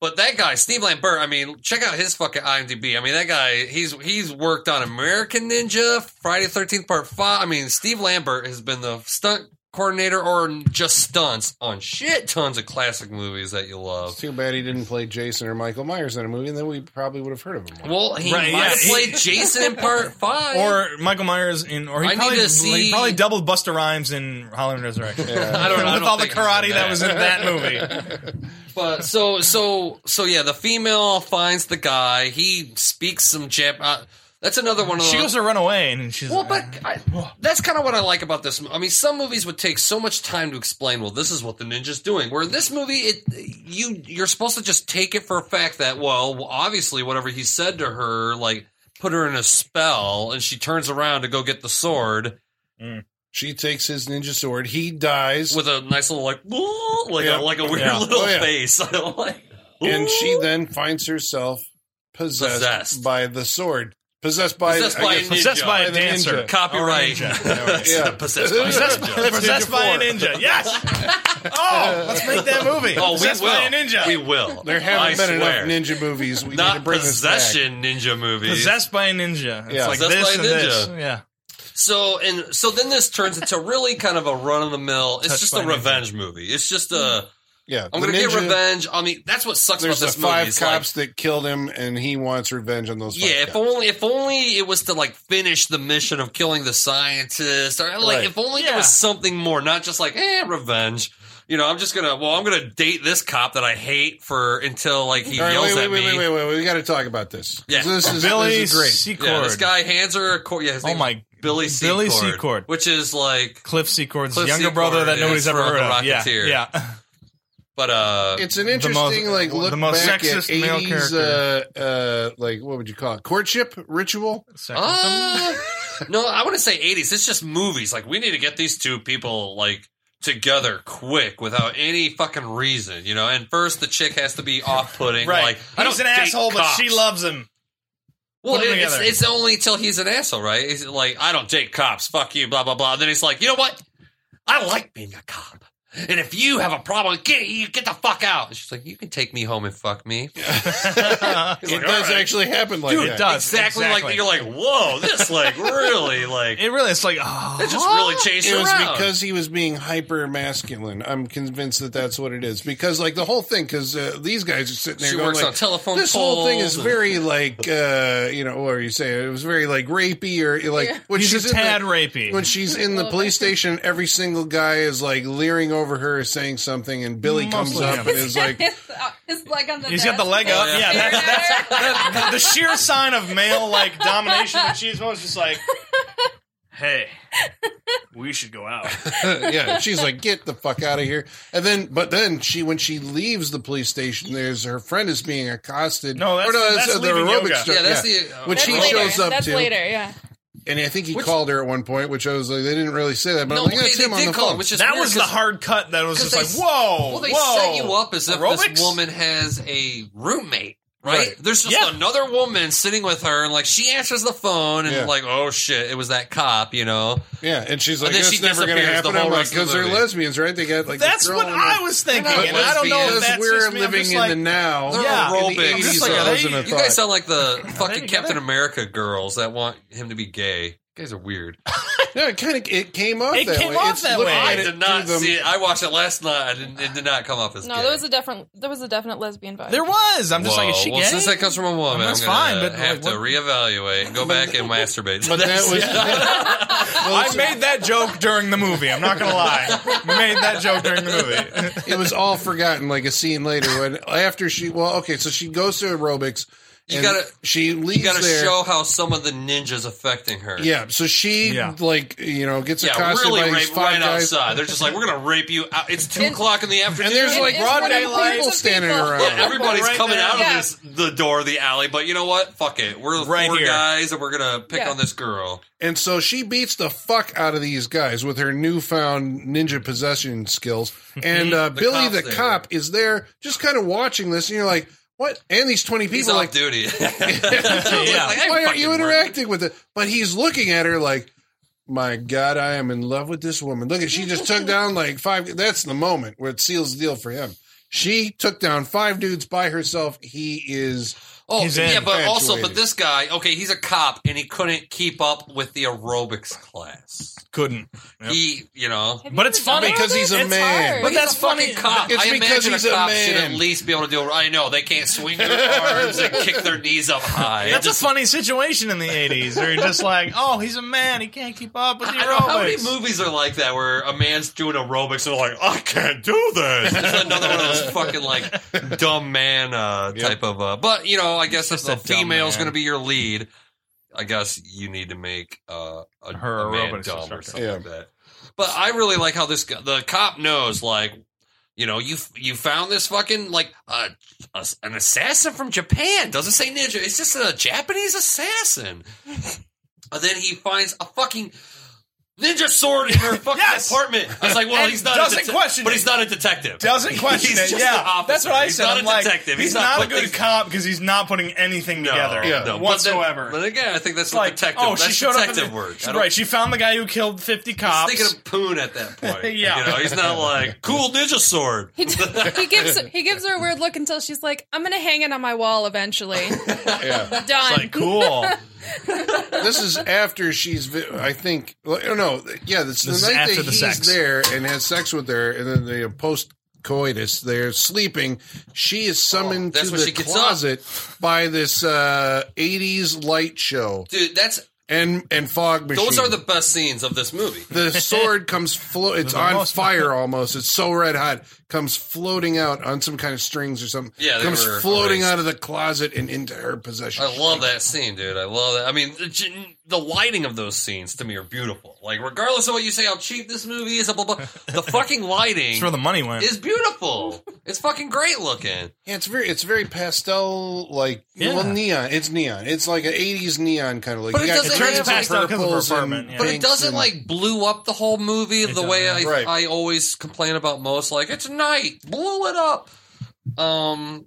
But that guy, Steve Lambert, I mean, check out his fucking IMDb. I mean, that guy, he's he's worked on American Ninja, Friday Thirteenth Part Five. I mean, Steve Lambert has been the stunt coordinator or just stunts on shit tons of classic movies that you it's love. too bad he didn't play Jason or Michael Myers in a movie, and then we probably would have heard of him. more. Well, he Right, might yeah, have he- played Jason in Part Five, Or Michael Myers in, or he I need probably to see- he probably doubled Buster Rhymes in Halloween Resurrection. I don't know. I With don't all the think he's in karate that was in that movie. But so so so yeah, the female finds the guy. He speaks some Jap. Uh, that's another one of She those. goes to run away, and she's Well, like, but I, that's kind of what I like about this. mo- I mean, some movies would take so much time to explain. Well, this is what the ninja's doing. Where in this movie, it you you're supposed to just take it for a fact that well, obviously, whatever he said to her, like put her in a spell, and she turns around to go get the sword She takes his ninja sword. He dies, with a nice little like "Whoa," like Yeah. a, like a weird Yeah. little Oh, yeah. face. I don't like. and she then finds herself possessed, Possessed. by the sword. Possessed by Possessed I by guess- a ninja. Possessed by a And the dancer. ninja. Copyright. Yeah. Possessed by a Possessed ninja. by, possessed by a ninja. Yes. Oh, let's make that movie. Oh, we possessed will. by a ninja. We will. There I haven't been swear. enough ninja movies. We need to Not bring this back. possession ninja movies. possessed by a ninja. It's Yeah. like this Possessed and by a this. ninja. Yeah. So and so then this turns into really kind of a run of the mill. It's Touched just by a ninja. revenge movie. It's just a Yeah, I'm Mm. the gonna get ninja- revenge. I mean that's what sucks about There's the this five movie. It's like, cops that killed him, and he wants revenge on those. Five yeah, if cops. only if only it was to like finish the mission of killing the scientist, or like Right. if only there Yeah. was something more, not just like eh, revenge. You know, I'm just gonna well, I'm gonna date this cop that I hate for until like he All right, yells wait, at wait, me. wait, wait, wait, wait, We got to talk about this. 'Cause Yeah. this is, Billy this is great. Secord. Yeah, this guy hands her a cord. Yeah, his Oh name's my- Billy Secord, Billy Secord. which is like, Cliff Secord's Cliff younger Secord brother that nobody's is ever from heard The of. Yeah. Rocketeer. Yeah. but uh, It's an The most- interesting like look the most back sexist at male 80s, uh, uh, like what would you call it? Courtship ritual? Uh, no, I want to say 80s. It's just movies. Like we need to get these two people like together quick without any fucking reason, you know. And first, the chick has to be off-putting. right. Like I He's don't an date asshole, but cops. she loves him. Well, Put 'em it- it's, together. it's only till he's an asshole, right? He's like, I don't date cops. Fuck you. Blah blah blah. And then he's like, you know what? I like being a cop. And if you have a problem, get you get the fuck out. And she's like, you can take me home and fuck me. It like, does all right. actually happen like Dude, that. it does. Exactly, Exactly. like you're like, whoa, this like really like It really, it's like, oh. It just really changed It was around. because he was being hyper masculine. I'm convinced that that's what it is. Because like the whole thing, because uh, these guys are sitting there she going works like, on telephone this whole thing is poles and- very like uh, you know what are you saying? It was very like rapey or like Yeah. when He's she's a in the- tad rapey. when she's in the Well, police station, every single guy is like leering over her, saying something, and Billy comes Mostly up him. and is like, his, uh, his leg on the He's got the desk. leg up. yeah. yeah, that- Staring at that's her. that- the sheer sign of male like domination. And she's always just like, "Hey, we should go out." yeah, she's like, get the fuck out of here. And then, but then she, when she leaves the police station, there's her friend is being accosted. No, that's- Or that's leaving yoga. stuff, Yeah, that's the, uh, Which That's he later. shows up That's to. later, yeah. and I think he Which- called her at one point, which I was like, they didn't really say that, but no, I'm like, they, that's they him on did the call it, phone. which is That weird was the 'cause- hard cut. That was 'cause just they like, s- "Whoa, Well, they whoa." set you up as if Aerobics? this woman has a roommate, right? Right. There's just Yeah. another woman sitting with her, and like she answers the phone, and Yeah. like, oh shit, it was that cop, you know? yeah, and she's like, then that's she never going to disappears the happen. I'm whole like, rest of the because they're movie. lesbians, right? They got like, That's the girl what and the- I was thinking, They're not and I don't know lesbians. if Because that's we're just me. I'm living just in like, the now. They're Yeah. In the aerobics. 80s, just like, that are they- wasn't a You guys thought. sound like the fucking together? Captain America girls that want him to be gay. You guys are weird. No, it kind of it came off It that came way. off It's that looking way. at I I it did through not them- see it. I watched it last night. I didn't, it did not come off as No, gay. there was a different there was a definite lesbian vibe. there was. I'm just Whoa. like, "Is she well, gay?" since that comes from a woman, That's I'm gonna fine, but, have like, to what- reevaluate and go back and masturbate. But that That's- was. oh, I made that joke during the movie. I'm not gonna lie. made that joke during the movie. it was all forgotten like a scene later when after she well okay so she goes to aerobics You and gotta- she leaves you got to there show how some of the ninjas affecting her. yeah so she Yeah. like you know gets yeah, accosted really by these rape five right guys outside. They're just like, we're gonna rape you. out. It's two And- o'clock in the afternoon. and there's It like is broad one of the daylight people. standing Yeah, around everybody's Right coming there. out Yeah. of this the door, of the alley. But you know what? Fuck it. We're the Right four here. guys, and we're gonna pick Yeah. on this girl. and so she beats the fuck out of these guys with her newfound ninja possession skills and uh, The billy cop's the there. cop is there just kind of watching this and you're like what and these 20 people He's like off duty. yeah. Why aren't you interacting with it? But he's looking at her like, my God, I am in love with this woman. Look at she just took down like five. That's the moment where it seals the deal for him. She took down five dudes by herself. He is Oh, He's yeah, in. but also, but Infatuated. this guy, okay, he's a cop, and he couldn't keep up with the aerobics class. Couldn't. Yep. He, you know, Have you But it's ever done funny. Because he's a It's man. hard. But He's that's a funny. fucking cop. It's I because imagine he's a a cop man. should at least be able to do. I know they can't swing their arms and kick their knees up high. That's Just- a funny situation in the 80s where you're just like, oh, he's a man. He can't keep up with the I don't know how many aerobics. movies are like that where a man's doing aerobics and they're like, I can't do this. There's another one of those fucking like dumb man uh, type of. Uh, but you know, I guess if Just the a dumb female's man. going to be your lead, I guess you need to make uh, a, Her a man aerobics dumb or instructor. something like that. But I really like how this guy, the cop knows like. You know, you you found this fucking like uh, a, an assassin from Japan. Doesn't say ninja. It's just a Japanese assassin. And then he finds a fucking ninja sword in her fucking Yes. apartment. I was like, well, And he's not doesn't a detec- question but it. he's not a detective. Doesn't question He's it. just yeah, the opposite. that's what I He's said. not I'm a like, detective. He's, He's not, not a putting good things- cop because he's not putting anything No, together Yeah. no, but then- whatsoever. But, again, I think that's It's what like, detective. oh, that's she showed detective up. in the- word. I don't- Right, she found the guy who killed fifty I cops. was thinking of Poon at that point. Yeah. you know, he's not like cool ninja sword. He, d- he gives he gives her a weird look until she's like, "I'm gonna hang it on my wall eventually." Yeah. Done. It's like cool. this is after she's, vi- I think, well, I don't know. Yeah, this, This is the night after that the he's sex. there and has sex with her, and then the post coitus, they're sleeping. She is summoned Oh, that's to when the she gets closet by this uh, '80s light show Dude, that's and and fog machine. those are the best scenes of this movie. the sword comes flo- it's They're the on most- fire almost it's so red hot comes floating out on some kind of strings or something Yeah, they comes were floating erased. out of the closet and into her possession I love that scene, dude. I love that. I mean, the gen- the lighting of those scenes to me are beautiful. Like, regardless of what you say, how cheap this movie is, blah blah. blah the fucking lighting That's where the money went. is beautiful. It's fucking great looking. yeah it's very it's very pastel like Yeah. well neon it's neon it's like an 80s neon kind of like But you it doesn't got It turns have- pastel 'cause of her purples and apartment, yeah. But it pinks doesn't and- like blew up the whole movie the way I, doesn't. Right. I always complain about most. Like it's night, blew it up. Um,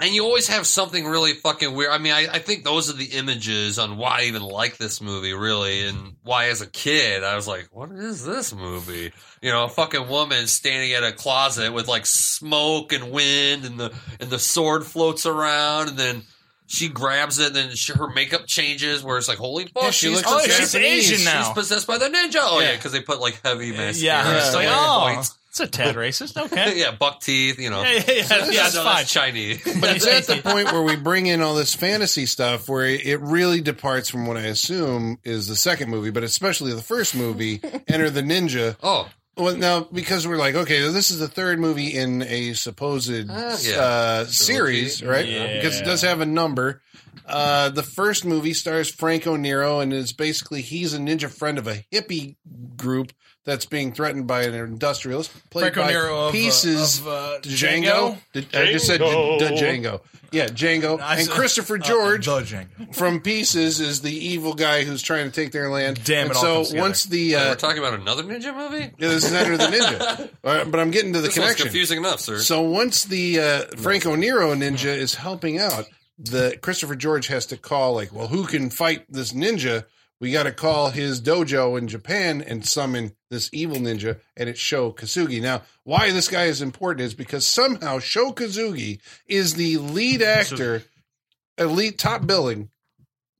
and you always have something really fucking weird. I mean, I, I think those are the images on why I even like this movie, really, and why as a kid I was like, "What is this movie?" You know, a fucking woman standing at a closet with like smoke and wind, and the and the sword floats around, and then. She grabs it, and then she, her makeup changes. Where it's like, holy fuck, Yeah, she she's looks oh, oh, Japanese. she's she's Asian She's now. possessed by the ninja. Oh yeah, Yeah. because they put like heavy mascara. yeah, and it's stuff like, on her oh, points. it's a tad racist. yeah. Okay, buck teeth. You know, yeah, yeah, yeah, yeah, No, it's no, fine. That's Chinese. but it's at the point where we bring in all this fantasy stuff where it really departs from what I assume is the second movie, but especially the first movie, Enter the Ninja. oh, Well, now because we're like, okay, this is the third movie in a supposed Ah, yeah. uh, series, right? Yeah. Because it does have a number. Uh, the first movie stars Franco Nero, and is basically he's a ninja friend of a hippie group that's being throatened by an industrialist. Played Franco by Nero of, uh, pieces of, uh, Django. Did- I just said Django. the Django. Yeah, Django. I and said- Christopher uh, George the Django. from Pieces is the evil guy who's trying to take their land. Damn, it and all so comes together. once the uh, we're talking about another ninja movie. yeah, this is Enter the Ninja. Uh, but I'm getting to the This one's connection. confusing enough, sir. So once the uh, Franco Nero ninja is helping out, the Christopher George has to call like, well, who can fight this ninja? We got to call his dojo in Japan and summon this evil ninja, and it's Sho Kazugi. Now, why this guy is important is because somehow Sho Kazugi is the lead actor, elite top billing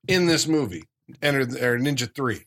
in this movie, Enter or Ninja Three.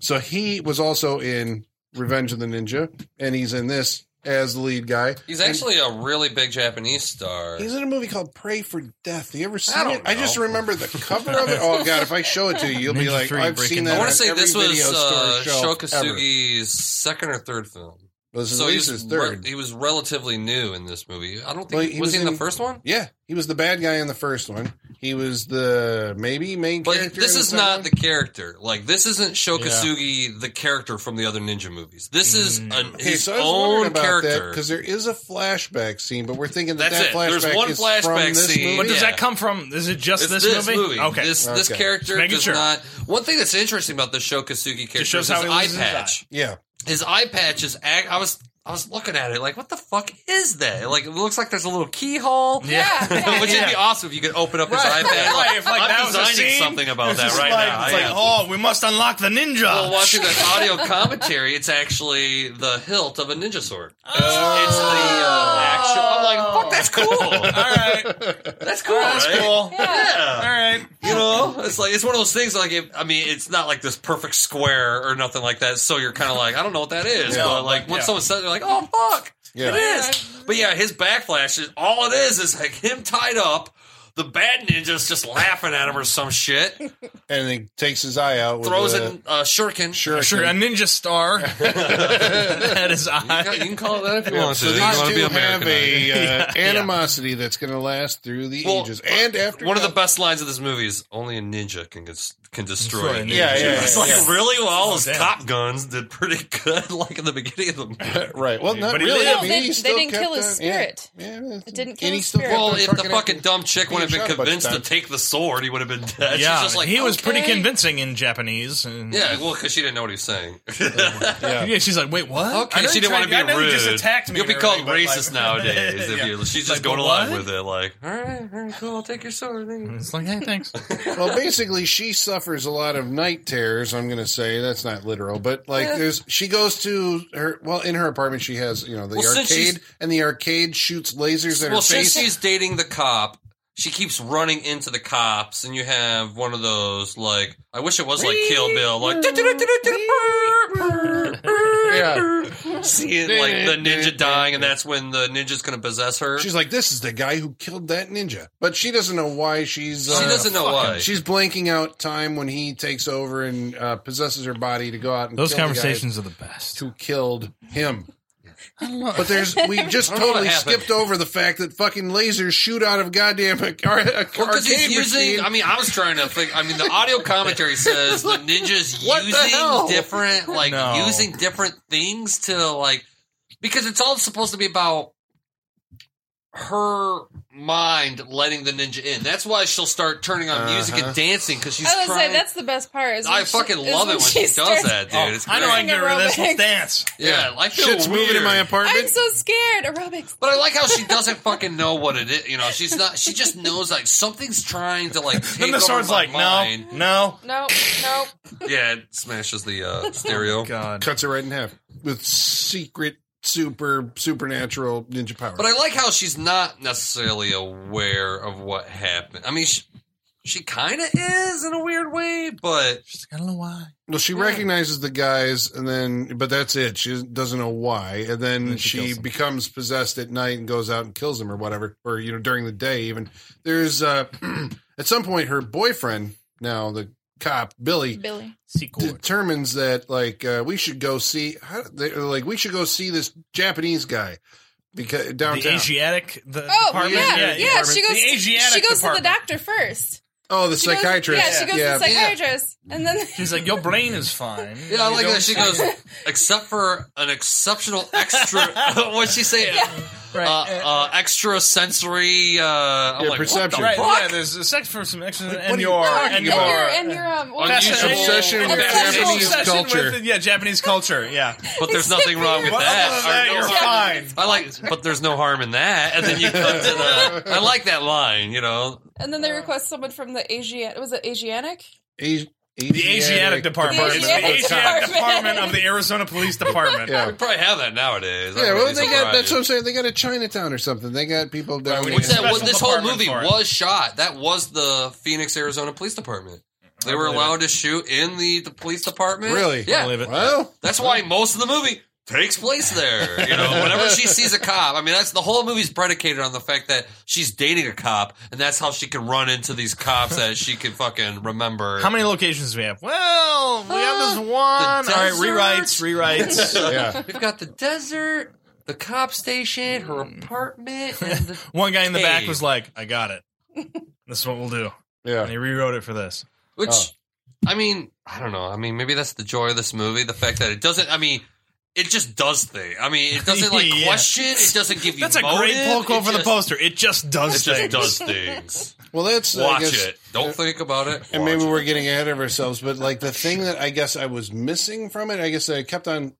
So he was also in Revenge of the Ninja, and he's in this as the lead guy. He's actually a really big Japanese star. He's in a movie called Pray for Death. You ever seen don't it? I just know. remember the cover of it. Oh god, if I show it to you, you'll be Ninja like, Three I've Breaking seen that. I Bad. want want to say this was uh, Shokasugi. Shokasugi's second or third film. This is so at he least was, his third. re- he was relatively new in this movie. I don't think Well, he, he was, was he in the in- first one. yeah, he was the bad guy in the first one. He was the maybe main But character. this in the is second not one. the character. Like this isn't Shokasugi, the character from the other ninja movies. This is Mm. an, Okay, his so I was wondering own about character. because there is a flashback scene, but we're thinking that that That's it. flashback There's one is from flashback this scene, movie. But does Yeah. that come from? Is it just It's this, movie? Okay, This this Okay. character Just making does sure. not. One thing that's interesting about the Shokasugi character shows is how he his eye loses his patch. yeah, His eye patch is. Ac- I was I was looking at it like, what the fuck is that? Like it looks like there's a little keyhole. yeah, yeah. Which would Yeah. be awesome if you could open up his Right. eye patch. Right, if, like, I'm that was a designing scene, something about It's that just right like, now. It's I like, am. oh, we must unlock the ninja. Well, watching that audio commentary, it's actually the hilt of a ninja sword. It's, it's the uh, actual. I'm like, fuck, that's cool. All right, That's cool. that's right? cool. Yeah. All right. You know, it's like it's one of those things. Like, if, I mean, it's not like this perfect square or nothing like that. So you're kind of like, I don't know what that is. Yeah. but like, when Yeah. someone says, it, they're like, oh fuck, it yeah. is. But yeah, his backlash is all it is is like him tied up. The bad ninja's just laughing at him or some shit. And he takes his eye out. With Throws a, in uh, shuriken. Sure, Sure, a ninja star. that is You can, you I. can call it that if you want So to. these You want to two be have American. a uh, Yeah. animosity that's going to last through the Well, uh, ages and after. One of the death. best lines of this movie is only a ninja can get, can destroy. a Destroy a ninja." ninja. Yeah, yeah, yeah, It's like yeah. really well, all his damn. cop guns did pretty good, like in the beginning of the movie. right. Well, not But he really. lived. I mean, No, he they- still they didn't kept kill his on- spirit. Yeah, yeah, It didn't kill and he his still spirit. kept Well, on if the trucking fucking after- dumb chick being wouldn't have shot been a bunch of convinced to times. take the sword, he would have been dead. She's Yeah, just like he was pretty Hey. convincing in Japanese. And Yeah, well, because she didn't know what he was saying. Yeah, she's like, wait, what? Okay, I know she you didn't want to tried- be I know rude. You just attacked me. You'll be and called everything, but, racist like- nowadays if Yeah. you. She's just Like, going but along what? with it. Like, all right, all right, cool. I'll take your sword. Thank you." It's like, hey, thanks. well, basically, she suffers a lot of night terrors. I'm going to say that's not literal, but like, Yeah. there's she goes to her well in her apartment. She has you know the Well, since arcade, and the arcade shoots lasers at Well, her since face. she's dating the cop, she keeps running into the cops, and you have one of those like I wish it was like Kill Bill, like yeah, seeing like the ninja dying, and that's when the ninja's going to possess her. she's like, this is the guy who killed that ninja, but she doesn't know why she's. uh, She doesn't know why. She's blanking out time when he takes over and uh, possesses her body to go out and Those kill the guy conversations are the best. who killed him. But there's we just I don't know what totally happened. skipped over the fact that fucking lasers shoot out of goddamn a car, a car because he's arcade using. machine. I mean, I was trying to think. I mean, the audio commentary says the ninjas What the hell? using different, like No. using different things to like because it's all supposed to be about her mind letting the ninja in. That's why she'll start turning on music Uh-huh. and dancing because she's I was trying. like, that's the best part. is I she- fucking is love it when she does starts- that, dude. it's Oh, I know I can great. get rid of this. Let's Aerobics. dance. Yeah, I feel Shit's moving in weird. my I'm apartment. so scared. Aerobics. But I like how she doesn't fucking know what it is. You know, she's not. She just knows like something's trying to like. Take Then the over sword's my like, mind. no, no. Nope, nope. Yeah, it smashes the uh, Oh, stereo. God. Cuts it right in half with secret super supernatural ninja power. But I like how she's not necessarily aware of what happened. I mean, she, she kind of is in a weird way, but She's like, I don't know why. well, she recognizes the guys, and then but that's it. She doesn't know why, and then, then she she, kills them. becomes possessed at night and goes out and kills them or whatever, or you know during the day even. There's uh at some point her boyfriend now the cop Billy Billy. Sequel. determines that like uh, we should go see how, they, like we should go see this Japanese guy because The downtown. Asiatic the Oh, department. yeah, yeah. department. She goes. The Asiatic she goes to department. the doctor first. oh, the She goes- psychiatrist. yeah, she goes to the psychiatrist, and then She's like, your brain is fine. yeah, I You like don't- that she goes, except for an exceptional extra. what'd she say? Right. Uh, uh, extra sensory. Uh, I'm Yeah, like, perception. What Right, the fuck? yeah, there's a sex from some extra what are and you your talking and and about? your your and your um. what- Unusual Obsession with fascination. Japanese obsession culture. With, yeah, Japanese culture. Yeah. But there's nothing wrong with But other than that, that. Or you're no harm. fine. I like, but there's no harm in that. And then you cut to the. I like that line, you know. And then they request someone from the Asiatic. Was it Asiatic? Asi- The Asiatic department. It's the Asiatic Asiatic department. Department. of the Arizona Police Department. Yeah. We probably have that nowadays. Yeah, I'd well, be they got. That's surprised. what I'm saying. They got a Chinatown or something. They got people Right, down. we there. What's that? Special What, this whole department movie for it. was shot. That was the Phoenix, Arizona Police Department. They were believe allowed to shoot in the, the police department. Really? Yeah. believe it. Well, That's why most of the movie takes place there. You know, whenever she sees a cop, I mean, that's the whole movie's predicated on the fact that she's dating a cop, and that's how she can run into these cops that she can fucking remember. How many locations do we have? Well, we have this one. All right, the Uh, desert. rewrites, rewrites. yeah. We've got the desert, the cop station, her Hmm. apartment, and the one guy in the back Hey. was like, "I got it. This is what we'll do." And Yeah. he rewrote it for this. Which, Oh. I mean, I don't know. I mean, maybe that's the joy of this movie. The fact that it doesn't, I mean, it just does things. I mean, it doesn't like Yeah. question. It doesn't give you That's a motive. great pull quote It for the just- poster. It just does It things. just does things. Well, that's I Watch guess- it. Don't think about it. And Watch maybe it. we're getting ahead of ourselves, but like the thing that I guess I was missing from it, I guess I kept on,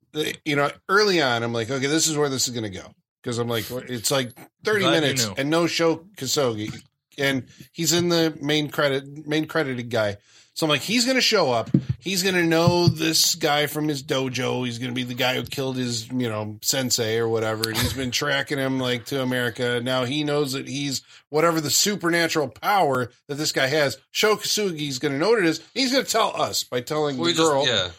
you know, early on, I'm like, okay, this is where this is going to go. Cause I'm like, it's like 30 Glad you minutes knew. and no show Kasogi. And he's in the main credit, main credited guy. So I'm like, he's going to show up. He's going to know this guy from his dojo. He's going to be the guy who killed his, you know, sensei or whatever. And he's been tracking him like to America. Now he knows that he's whatever the supernatural power that this guy has. Shokasugi's going to know what it is. He's going to tell us by telling We the just- girl. yeah.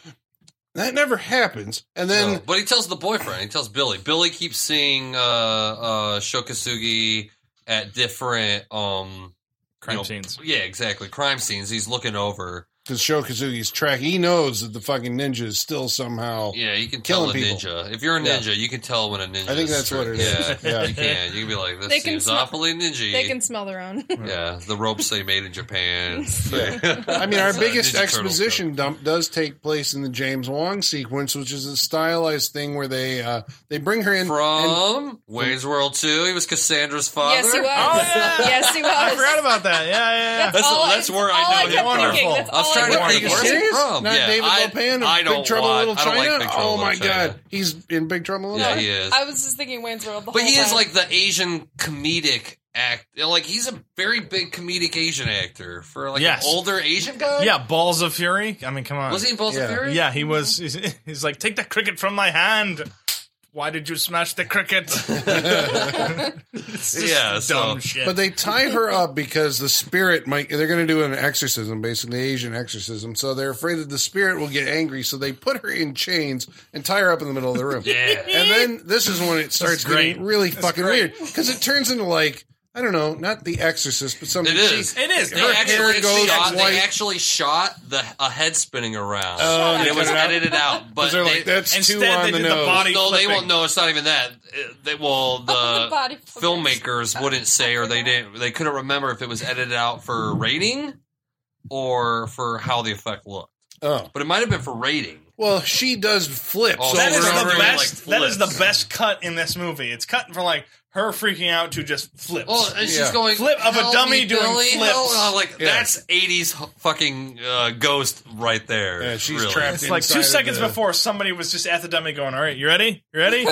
That never happens. And then No. But he tells the boyfriend. He tells Billy. Billy keeps seeing uh, uh, Shokasugi at different um, Crime you know, scenes. Yeah, exactly. Crime scenes. He's looking over. because Shokazugi's tracking, he knows that the fucking ninja is still somehow. Yeah, you can Killing tell a people. ninja. If you're a Yeah. ninja, you can tell when a ninja. I think that's what it it is. is. Yeah. Yeah, you can. You can be like, this They can seems smell- awfully ninja. They can smell their own. Yeah, the ropes they made in Japan. I mean, our It's a biggest Ninja Turtle exposition dump does take place in the James Wong sequence, which is a stylized thing where they uh, they bring her in. and- From Wayne's World 2, he was Cassandra's father. Yes, he was. Oh, yeah. Yes, he was. I forgot about that. Yeah, yeah, yeah. That's, all I- that's where all I I know him kept from. thinking. That's I all was boy, trying to boy, think boy. where's Are you it serious? from. Not yeah, David I, Lopan of I Big don't Trouble in want, Little I don't China. like Big Trouble oh in my Little China. god, he's in Big Trouble in Little Yeah, China. he is. I was just thinking Wayne's World the But whole he is time. like the Asian comedic act. Like he's a very big comedic Asian actor for like Yes. an older Asian guy. Yeah, Balls of Fury. I mean, come on. was he in Balls Yeah. of Fury? Yeah, he was. He's, he's like, take the cricket from my hand. Why did you smash the cricket? It's just Yeah, so- dumb shit. But they tie her up because the spirit might. They're going to do an exorcism, basically Asian exorcism. So they're afraid that the spirit will get angry. So they put her in chains and tie her up in the middle of the room. Yeah. And then this is when it starts great. getting really fucking weird because it turns into like I don't know, not the Exorcist, but something. It is. it is. They Her hair actually, goes shot, they white. actually shot the a head spinning around, Oh, and they it was cut it out? edited out. But They're like they- that's too Instead, on they the did the nose. body- no, they flipping. won't. No, it's not even that. Uh, They, well, the, Oh, the body flipping. filmmakers wouldn't say, or they didn't. They couldn't remember if it was edited out for rating or for how the effect looked. Oh But it might have been for rating. well, she does flips. Oh, over That Over is and and the over, over. best. like, that is flips. the best cut in this movie. It's cut from like her freaking out to just flips. Well, and she's Yeah. going Flip of a "Help dummy me, doing Billy, flips." help." Uh, like Yeah. that's eighties fucking uh, ghost right there. Yeah, she's really. trapped it's like inside two of seconds the- before somebody was just at the dummy going, "All right, you ready? You ready?"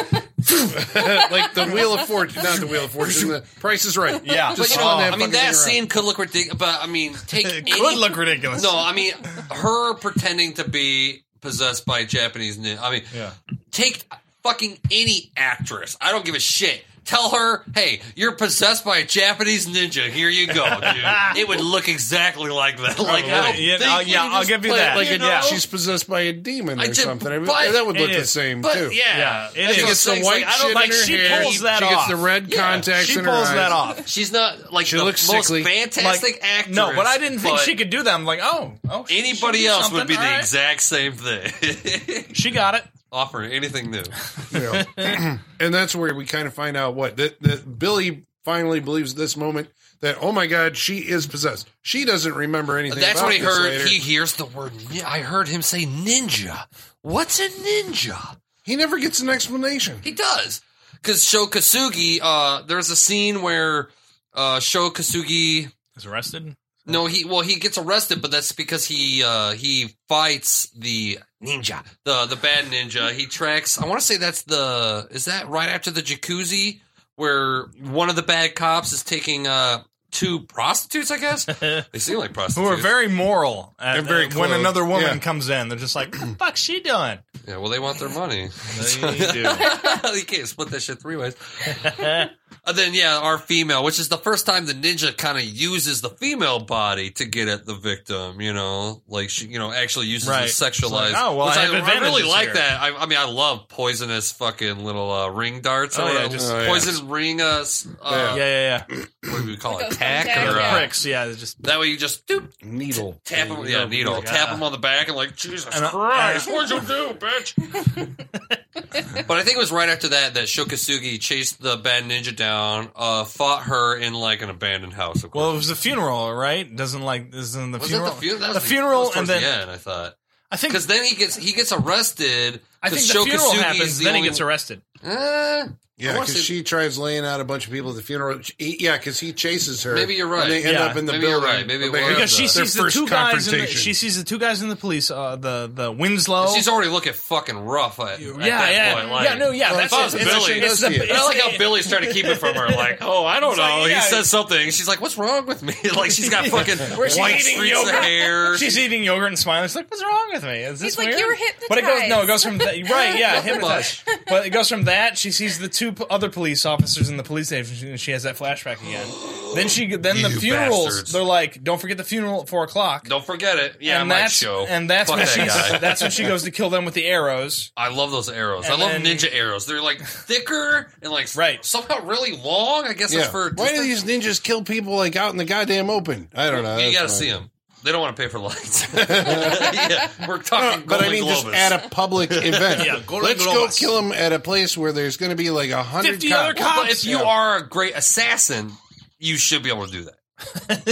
like the Wheel of Fortune, not the Wheel of Fortune. The Price is Right. Yeah. But Just you know, on I that mean, fucking that thing around. scene could look ridiculous. But I mean, take it any- could look ridiculous. No, I mean, her pretending to be possessed by Japanese. nin- I mean, Yeah. take fucking any actress. I don't give a shit. Tell her, hey, you're possessed by a Japanese ninja. Here you go, dude. it would look exactly like that. Like, I don't Yeah, think I'll- yeah, you I'll just give you play it that. Like You a, know? yeah, she's possessed by a demon or I did- something. I mean, but- that would look It the is. same but too. yeah, Yeah, it That's She is. gets what I'm the saying. white Like, I don't shit like in her she hair. pulls that she gets off. the red Yeah. contacts she in pulls her eyes. that off. She's not like She the looks most sickly. fantastic actress. No, but I didn't think but she could do that. I'm like, oh, oh. she- she Anybody did else would be something. the All right. exact same thing. She got it. Offer anything new. You know. and that's where we kind of find out what that, that Billy finally believes at this moment that oh my god, she is possessed. She doesn't remember anything. That's about what he this heard. later. He hears the word. nin- I heard him say ninja. What's a ninja? He never gets an explanation. He does because Shokasugi. Uh, there's a scene where uh, Shokasugi. Is arrested. No, he well he gets arrested, but that's because he uh, he fights the ninja, the the bad ninja. He tracks. I want to say that's the is that right after the jacuzzi where one of the bad cops is taking uh two prostitutes. I guess they seem like prostitutes. Who are very moral. At, They're very uh, when clothed. another woman Yeah. comes in, they're just like, what the fuck's she doing? yeah. Well, they want their money. They do. you can't split that shit three ways. and then yeah, our female, which is the first time the ninja kind of uses the female body to get at the victim. You know, like she, you know, actually uses Right. the It's sexualized. like, oh, well, which I have really advantages like here. that. I, I mean, I love poisonous fucking little uh, ring darts. Oh, or yeah, whatever. just- Oh, yeah. poison ring. Uh, s- uh, yeah, yeah, yeah. What do we call it? Like a Tack tag, or uh, yeah. Pricks, yeah. they're Just that way you just doop, Needle. tap him. Yeah, needle. yeah. Tap him on the back and like Jesus Oh, And, uh, Christ, uh, what'd you do, bitch? But I think it was right after that that Shokasugi chased the bad ninja down, uh, fought her in like an abandoned house. Of course. well, it was a funeral, right? Doesn't like isn't the was funeral? it the, fu- that was the the- funeral, that was and towards then the end, I thought I think because then he gets he gets arrested. I think 'cause the funeral Shokasugi happens, is the then he only- gets arrested. Eh, I Yeah, wanna because say- she tries laying out a bunch of people at the funeral. She- Yeah, because he chases her. Maybe you're right. And they end Yeah. up in the Maybe you're building. right. Maybe it They was uh, have the- Because she Their sees the first two guys. In the, confrontation. she sees the two guys in the police. Uh, the the Winslow. she's already looking fucking rough at, at yeah, that yeah, point. Like, yeah. No, yeah. Well, That's if I was it's- Billy- it's the- I And I it's- like how Billy's trying to keep it from her. Like, oh, I don't It's know. like, yeah. He says something. She's like, what's wrong with me? like, she's got fucking she's white eating streaks of yogurt. hair. She's eating yogurt and smiling. She's like, "What's wrong with me? Is this He's like, weird?" "You were hypnotized." But it goes no, it goes from that, right, yeah, Nothing hypnotized. But it goes from that. She sees the two p- other police officers in the police station, and she has that flashback again. then she, then the You funerals. bastards. They're like, "Don't forget the funeral at four o'clock." Don't forget it. Yeah, and my that's show. and that's Fuck when that she guy. that's when she goes to kill them with the arrows. I love those arrows. I And love then- ninja arrows. They're like thicker and like Right. somehow really long. I guess it's Yeah. for Why do these ninjas kill people like out in the goddamn open? I don't know. you That's got to fine. see them. They don't want to pay for lights. yeah, we're talking. But I Golden mean, just Globus. at a public event. Yeah, Golden Let's Globus. go kill him at a place where there's going to be like a hundred 50 other cops. But if you Yeah. are a great assassin, you should be able to do that.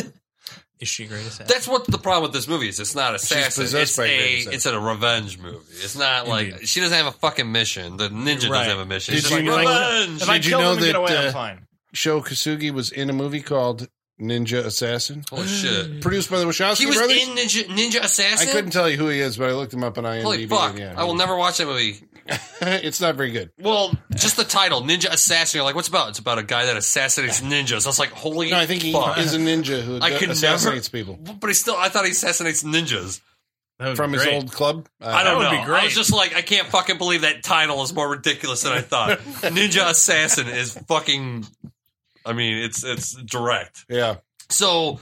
Is she great as that? That's what the problem with this movie is. It's not assassin. possessed It's by a great a assassin. it's a revenge movie. It's not like Indeed. she doesn't have a fucking mission. The ninja Right. doesn't have a mission. Did It's just you like like- revenge. If I Did you uh, kill know them and get that, away, uh, I'm fine. Show Kasugi was in a movie called Ninja Assassin, Holy shit. produced by the Wachowski He was brothers. in Ninja, Ninja I Assassin? couldn't tell you who he is, but I looked him up on IMDb. Holy fuck. and yeah, I will never watch that movie. it's not very good. Well, just the title, Ninja Assassin. You're like, what's it about? It's about a guy that assassinates ninjas. I was like, holy No, I think he fuck. is a ninja who I could assassinates people But he still, I thought he assassinates ninjas. That would from be his great. old club. Uh, I don't would know. be great. I was just like, I can't fucking believe that title is more ridiculous than I thought. Ninja Assassin is fucking. I mean, it's it's direct. Yeah. So,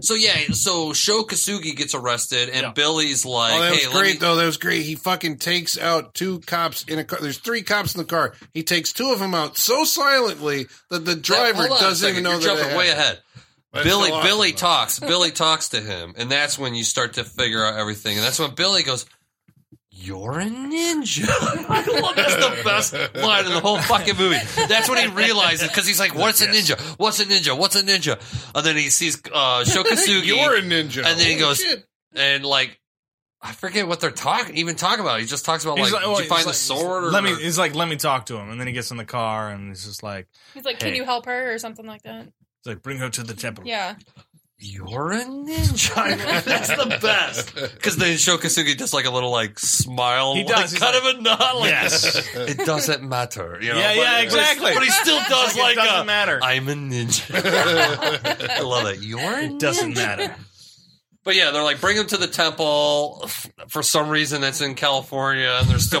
so yeah. So Sho Kasugi gets arrested, and Yeah. Billy's like, Oh, that "Hey, was let great me- though. That was great. He fucking takes out two cops in a car. There's three cops in the car. He takes two of them out so silently that the that- driver hold on a doesn't second, even know You're that jumping it way happened. ahead. That's Billy still awesome, Billy though. talks. Billy talks to him, and that's when you start to figure out everything. And that's when Billy goes, "You're a ninja." I love that's the best line in the whole fucking movie. That's when he realizes because he's like, "What's a ninja? What's a ninja? What's a ninja?" And then he sees uh, Shokasugi, You're a ninja. and then Holy he goes- shit. and like. I forget what they're talking, even talking about. He just talks about like, He's did well, you oh, he's find the like- sword? Or, Let me. He's like, let me talk to him, and then he gets in the car, and he's just like, He's like, can Hey. you help her or something like that? he's like, bring her to the temple. Yeah. You're a ninja. I know, That's the best. Because then Shokasugi does like a little like smile, He does, like, he's kind like, of a nod, like Yes. it doesn't matter. You know? Yeah, yeah, exactly. But he still Like, does uh, like, it doesn't a, matter. I'm a ninja. I love it. You're a it doesn't ninja. matter. But yeah, they're like bring him to the temple. For some reason, that's in California, and they're still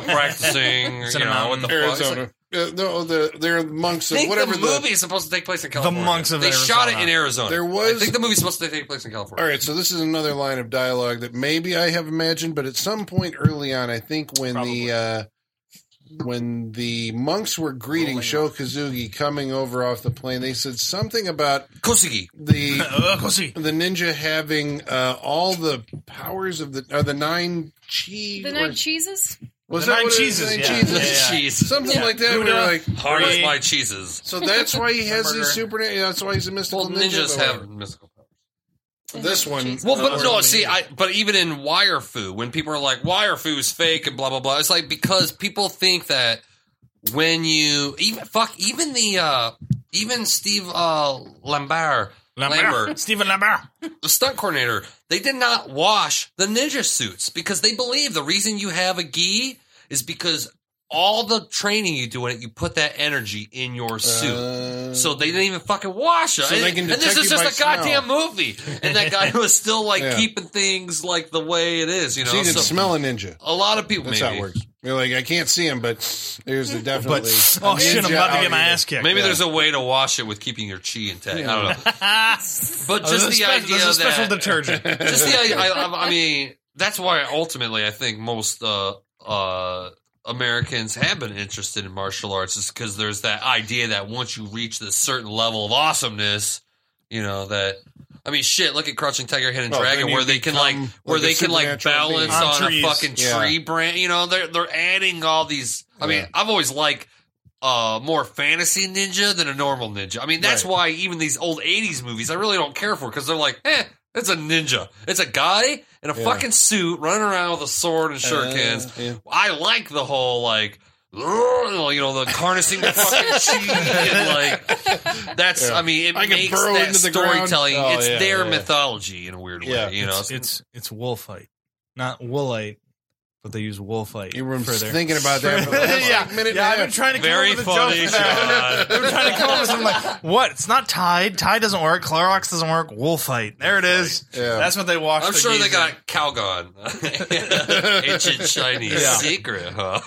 practicing. It's you in a know, what mountain. the fuck? It's like, Arizona. Uh, no, the, they're monks I of think whatever the movie is supposed to take place in California. monks of they shot it Arizona. in Arizona. There was- I think the movie's supposed to take place in California. All right, so this is another line of dialogue that maybe I have imagined, but at some point early on, I think when Probably. the uh, when the monks were greeting Shokazugi coming over off the plane, they said something about Kosugi. the Uh, go see. the ninja having uh, all the powers of the or the nine chi The or- nine cheeses? was The that nine what it- cheeses, nine yeah. cheeses? Yeah. Cheese. something Yeah. like that. Buddha. We were like, Hard as Right. my cheeses. so that's why he has Hamburger. these super. That's why he's a mystical Well, ninja. ninjas but have mystical powers. This one- Cheeses. Well, but Uh, no, or see, I but even in wire foo, when people are like wire foo is fake and blah blah blah, it's like because people think that when you even fuck even the uh even Steve uh Lambert, Lambert. Lambert. Stephen Lambert. the stunt coordinator, they did not wash the ninja suits because they believe the reason you have a gi is because all the training you do in it, you put that energy in your suit. Uh, So they didn't even fucking wash it. So they can and this detect is you just by a goddamn movie. And that guy was still like Yeah. keeping things like the way it is, you know. so you can So smell a ninja. a lot of people That's maybe. how it works. You're like, I can't see him, but there's the definitely. But oh shit, I'm about to get my ass kicked. Maybe Yeah. there's a way to wash it with keeping your chi intact. I don't know. But Uh, There's just a the spe- idea there's a special that detergent. just the idea, I, I, I mean, that's why ultimately I think most uh uh Americans have been interested in martial arts is because there's that idea that once you reach this certain level of awesomeness, you know that. I mean, shit. Look at Crouching Tiger, Hidden Well, Dragon, Oh, then you where they can like, become where like a they can like supernatural being. balance On on, a trees. fucking Yeah. tree branch. You know, they're they're adding all these. I mean, Yeah. I've always liked uh, more fantasy ninja than a normal ninja. I mean, that's Right. why even these old 80s movies I really don't care for because they're like, eh, it's a ninja. It's a guy in a Yeah. fucking suit running around with a sword and shurikens. Uh, yeah. I like the whole, like, you know, the harnessing the fucking chi and like, that's, Yeah. I mean, it I can makes burrow that into the ground. storytelling, Oh, it's yeah, their yeah. mythology in a weird Yeah. way, you know? it's, it's it's wolfite, not woolite, but they use wolfite. You were for their- thinking about that for the last yeah, like, minute yeah. and a I've been half. trying to come Very up with funny a joke. for that. shot. I've been trying to come up with something like what? It's not Tide. Tide doesn't work. Clorox doesn't work. Wolfite. There it is. Yeah. That's what they wash. I'm the sure they geese in. got Calgon. Ancient Chinese Yeah. secret, huh?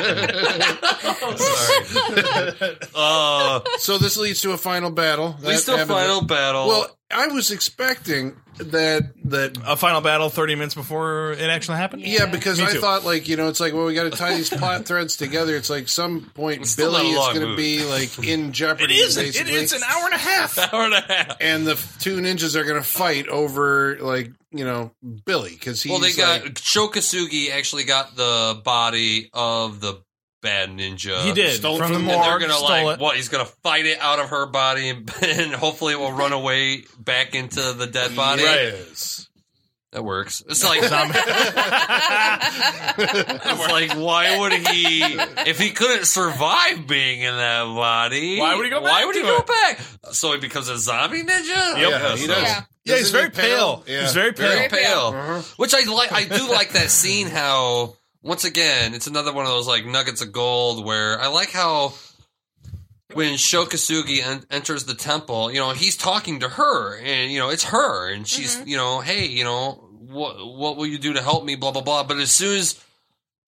I'm sorry. Uh, So this leads to a final battle. we That still happened- final battle. Well, I was expecting that that a final battle 30 minutes before it actually happened. yeah, because Me I too. thought like you know it's like well we got to tie these plot threads together. It's like some point It's still not Billy a is long going to move. be like in It jeopardy. is. It, basically. it's an hour and a half. hour and a half. and the f- two ninjas are going to fight over like you know Billy because he's Well, they got like, Shokasugi actually got the body of the bad ninja. He did Stole it from the from the- And they're morgue. gonna Stole like it. what? He's gonna fight it out of her body, and, and hopefully it will run away back into the dead body. yes. That works. It's like it's works. like why would he if he couldn't survive being in that body? Why would he go Why back would to he go it? back? So he becomes a zombie ninja. Yep. Yeah, he does. Yeah. so- Doesn't Yeah, he's he very look pale. Yeah. He's very pale. very Very pale. pale. Uh-huh. Which I like. I do like that scene. How once again, it's another one of those like nuggets of gold where I like how when Shokasugi en- enters the temple, you know, he's talking to her, and you know, it's her, and she's, you know, hey, you know, what what will you do to help me? Blah blah blah. But as soon as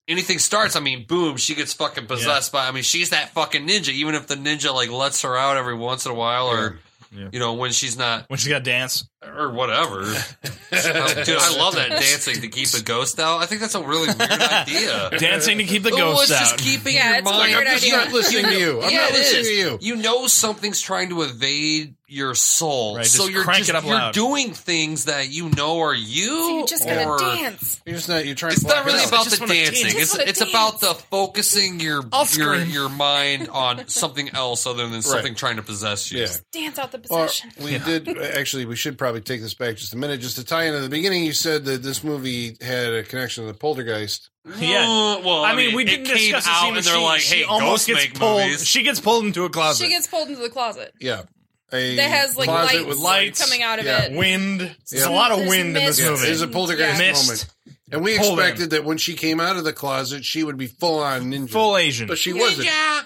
anything starts, I mean, boom, she gets fucking possessed by. I mean, she's that fucking ninja. Even if the ninja like lets her out every once in a while, or Yeah. Yeah. you know, when she's not When she's got dance. or whatever. Oh, Dude, I love that dancing to keep the ghost out. I think that's a really weird idea. Dancing to keep the oh, it's ghosts just out. keeping Yeah, your it's a mind. weird I'm just idea. not- not listening to you. I'm Yeah, not it listening is. to you. You know something's trying to evade your soul, Right, so just you're crank just it up you're loud. doing things that you know are So you. you just or- gotta dance. You're just not. You're trying. It's to block not it really out. about just the wanna dancing. dance. It's Just wanna it's about the dance. focusing your I'll your scream. your mind on something else other than something trying to possess you. Yeah. Dance out the Or possession. we did actually. We should probably take this back just a minute, just to tie into the beginning. You said that this movie had a connection to the poltergeist. Yeah. Uh, Well, I mean, we didn't it came discuss this out, even. and they're she, like, she "Hey, almost ghosts gets make pulled. movies." She gets pulled into a closet. She gets pulled into the closet. Yeah, a That has like closet lights, with lights. coming out of Yeah. it. wind. There's a Some- lot of there's wind in this mist. Yeah, movie. it was a poltergeist Yeah. Mist. moment, and we Pull them. expected that when she came out of the closet, she would be full on ninja, Full Asian. but she wasn't. Yeah.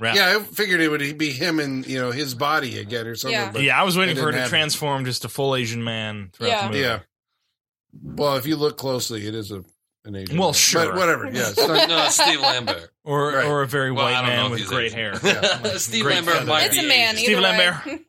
Rap. Yeah, I figured it would be him and you know his body again or something. Yeah. But yeah, I was it waiting for her didn't to happen. transform just a full Asian man throughout Yeah. the movie. yeah. Well, if you look closely, it is a an Asian. Well, man. sure. but whatever. Yeah, it's not- No, Steve Lambert. Or Right. or a very Well, I white don't know man if with he's great Asian. hair. Steve Great Lambert feather. might It's be a man. either Asian. Steve way. Lambert.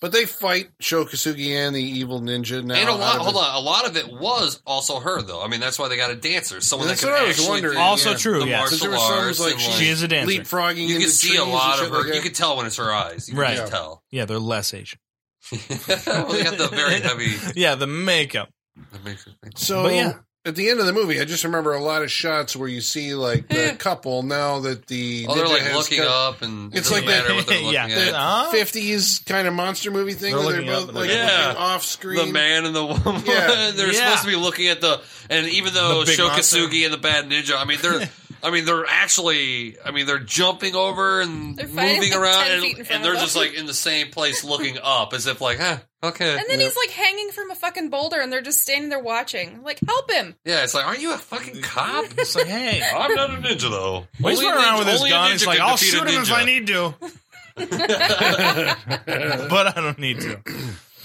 but they fight Shokasugi and the evil ninja now. And a out lot, of hold his- on, a lot of it was also her though. I mean, that's why they got a dancer, someone That's that what I can was actually wondering. do Also Yeah. true, the yeah. So there martial was some, arts. like, and, she like, She is a dancer. leapfrogging. you into can see trees a and lot shit of her. like you that. can tell when it's her eyes. You Right. can just tell. Yeah, they're less Asian. well, they got the very heavy. Yeah, the makeup. that makes her think. So But yeah. at the end of the movie, I just remember a lot of shots where you see like the couple now that the Eh. Oh, they're ninja like has looking cut- up, and it It's doesn't like that- matter what they're looking yeah, at. Huh? 50s kind of monster movie thing They're where they're looking up both and like they're looking looking up. off screen. The man and the woman. Yeah. Yeah. they're supposed to be looking at the and even though The big monster. Shokasugi and the bad ninja, I mean they're I mean they're actually I mean they're jumping over and They're fighting, moving like, around 10 and, feet in front and they're of just them. like in the same place looking up as if like, huh, okay. And then yeah. he's like hanging from a fucking boulder and they're just standing there watching. Like, help him. Yeah, it's like, aren't you a fucking cop? It's like, hey, I'm not a ninja though. Well, he's Only running around ninja- with his only a gun. ninja It's like, can I'll defeat a shoot him if ninja." I need to. but I don't need to.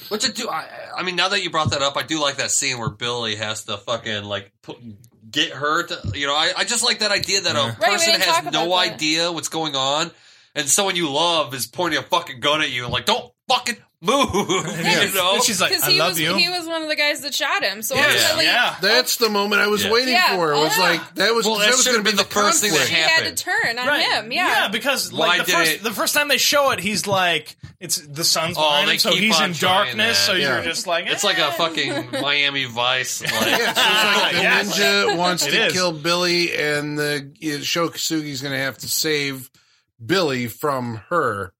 Which I do. I, I mean, now that you brought that up, I do like that scene where Billy has to fucking like put, get her to. You know, I, I just like that idea that a we person didn't talk has about no that. idea what's going on, and someone you love is pointing a fucking gun at you, like, don't fucking move. You know. And she's like, Because I he love was you. he was one of the guys that shot him. So Yeah. ultimately yeah. That's the moment I was Yeah. waiting Yeah. for. It was Oh, yeah. like that was Well, that that, was should've going to be been the, the first thing that she conflict. had to happened. turn on him. Yeah, Yeah. because Why like the did first it- the first time they show it, he's like it's the sun's Oh, behind they him, so keep he's on in trying darkness. that. So Yeah. you're just like "Eh." it's like a fucking Miami Vice. Like, Yeah, so it's like the Yes. ninja wants It to is. kill Billy, and the you know, Shokasugi's going to have to save Billy from her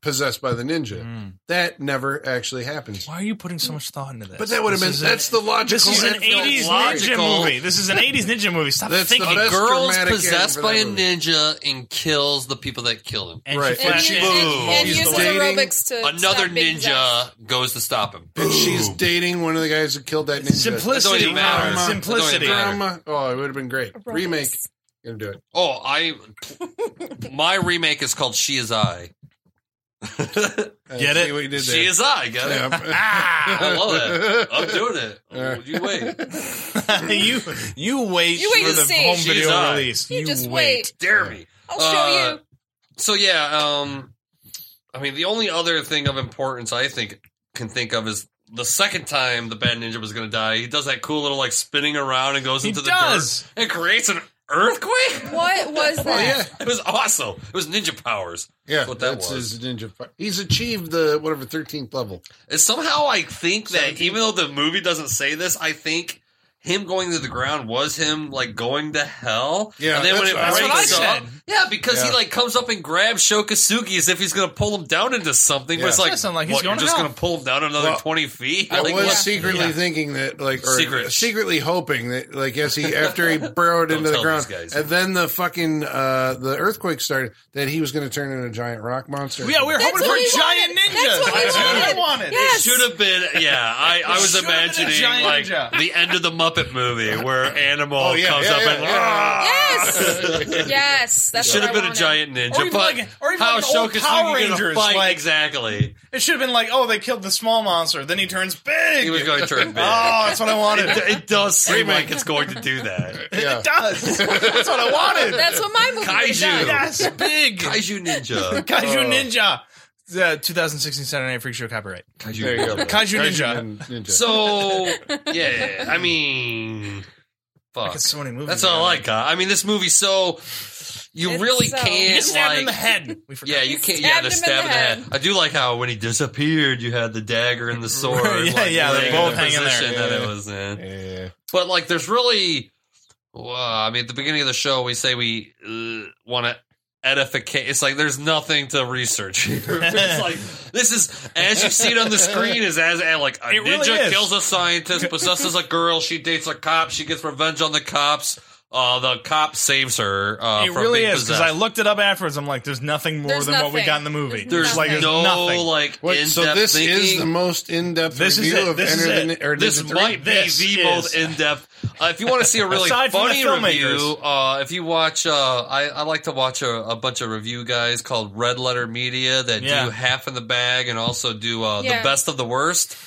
possessed by the ninja. Hmm. That never actually happens. Why are you putting so much thought into this? But that would have This been is a- that's the logical. This is end an result. '80s ninja logical. movie. This is an '80s ninja movie. Stop That's the thinking. best- girl's dramatic end for possessed that by a movie. ninja and kills the people that kill him. and Right. she And And, flashes- use- Boom. and, and He's uses dating aerobics to Another stop being ninja goes to stop him. And she's dating one of the guys who killed that ninja. It don't Simplicity, even matter. Ron. It don't even Simplicity. matter. Drama. Oh, it would have been great. possessed. Remake. Gonna do it. Oh, I my remake is called She Is I. Uh, Get see it? What you did She there. is I, got it? Ah, Ah. I love it. I'm doing it. Yeah. You wait. you you wait You wait for to the see. home She's video on. release. You, just wait. Dare me. I'll show Uh, you. So yeah, um I mean the only other thing of importance I think can think of is the second time the bad ninja was gonna die, he does that cool little like spinning around and goes He into the does. dirt and creates an earthquake. What was that? Oh yeah, It was awesome. It was ninja powers. yeah. what that that's was. his ninja. fi- He's achieved the whatever thirteenth level. And somehow I think that even though the movie doesn't say this, I think him going to the ground was him like going to hell. Yeah, and then when that's it what I- that's breaks what I up, said. yeah, because he Yeah. like comes up and grabs Shokasugi as if he's gonna pull him down into something. But Yeah. it's like, That sound like he's what, going you're to just hell. gonna pull him down another Well, twenty feet. I Like, was what? secretly Yeah. thinking that, like, or Secret. secretly hoping that, like, as he after he burrowed Don't into the tell ground, these guys. and then the fucking uh the earthquake started, that he was going to turn into a giant rock monster. Yeah, we were That's hoping for what we giant wanted. That's ninjas. what we That's what wanted. we wanted. Yes. Should have been, yeah. I, I was Should've been a imagining giant like ninja. the end of the Muppet movie where Animal Oh, yeah, comes yeah, up yeah, and "Ah, yeah. Yes. yes. That's should what have I been a wanted. giant ninja, Or even but like- or even how like an old Shokus Power Yugi gonna Rangers, fight like- exactly? It should have been like, oh, they killed the small monster. Then he turns big. He was going to turn big. Oh, that's what I wanted. It, it it does seem like it's going to do that. Yeah. does. That's what I wanted. That's what my movie was Kaiju. done. Yes, big. Kaiju Kaiju Ninja. Ninja. Uh, 2016 Saturday Night Freak Show copyright. Kaiju There you go. Ninja. Kaiju, Ninja. Nin- Ninja. So, yeah, I mean, fuck. It's so many movies. That's all I like. got. I mean, this movie, so you It's really so- You get can't, stabbed in the like... head. We forgot. Yeah, you He can't. Yeah, stabbed the him in stab in the the head. head. I do like how when he disappeared, you had the dagger and the sword. Yeah, like, yeah, they're laying both in the hanging there. position That Yeah. it was in. yeah. But like, there's really, well, I mean, at the beginning of the show, we say we uh, want to edificate. It's like there's nothing to research. here. it's like this is as you see it on the screen is as and, like a It really ninja is. kills a scientist, possesses a girl, she dates a cop, she gets revenge on the cops. Uh, the cop saves her. Uh, It from really being is because possessed. I looked it up afterwards. I'm like, there's nothing more There's than what we nothing. got in the movie. There's There's like like nothing. there's no nothing. like Wait, in-depth so this thinking. is the most in-depth This is review it. of This is Enter it. the, Ni- or this Ninja 3? might be This the is- most in depth. Uh, if you want to see a really Aside from the funny filmmakers. review, uh, if you watch, uh, I, I like to watch a, a bunch of review guys called Red Letter Media that Yeah. do half in the bag and also do uh, Yeah. the best of the worst.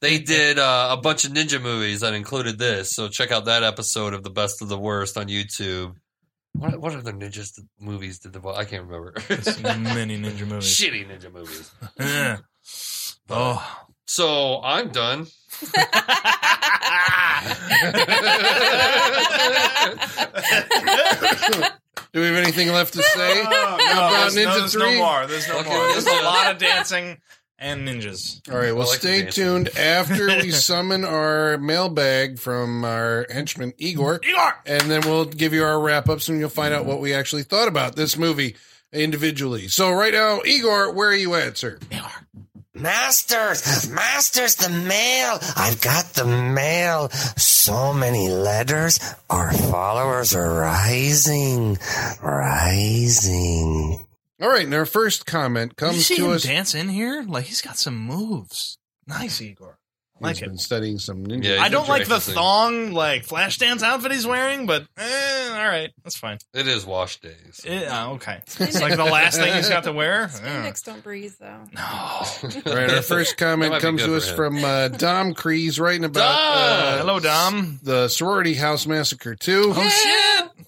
They did uh, a bunch of ninja movies that included this, so check out that episode of the best of the worst on YouTube. What, what other ninjas did- movies did the? I can't remember. many ninja movies. Shitty ninja movies. Yeah. oh, So I'm done. Do we have anything left to say? about there's, no, Ninja there's 3? no more. There's no Okay, more. There's a ninja. lot of dancing and ninjas. All right. Well, I like the stay dancing. tuned after we summon our mailbag from our henchman Igor, Igor. and then we'll give you our wrap ups, and you'll find out what we actually thought about this movie individually. So, right now, Igor, where are you at, sir? Masters, masters, the mail. I've got the mail. So many letters. Our followers are rising, rising. All right. And our first comment Did you comes see to him us. dance in here? Like he's got some moves. Nice, Igor. I He's Like it. been studying some ninja. Yeah, I don't like the Interesting. thong, like flash dance outfit he's wearing, but eh, all right, that's fine. It is wash days. Eh, uh, okay, it's like the last thing he's got to wear. Eh. Phoenix don't breathe though. No. All right. Our first That might comment be comes good to for us him. from uh, Dom Kreese, writing about Dom! uh, Hello, Oh, Dom. the sorority house massacre 2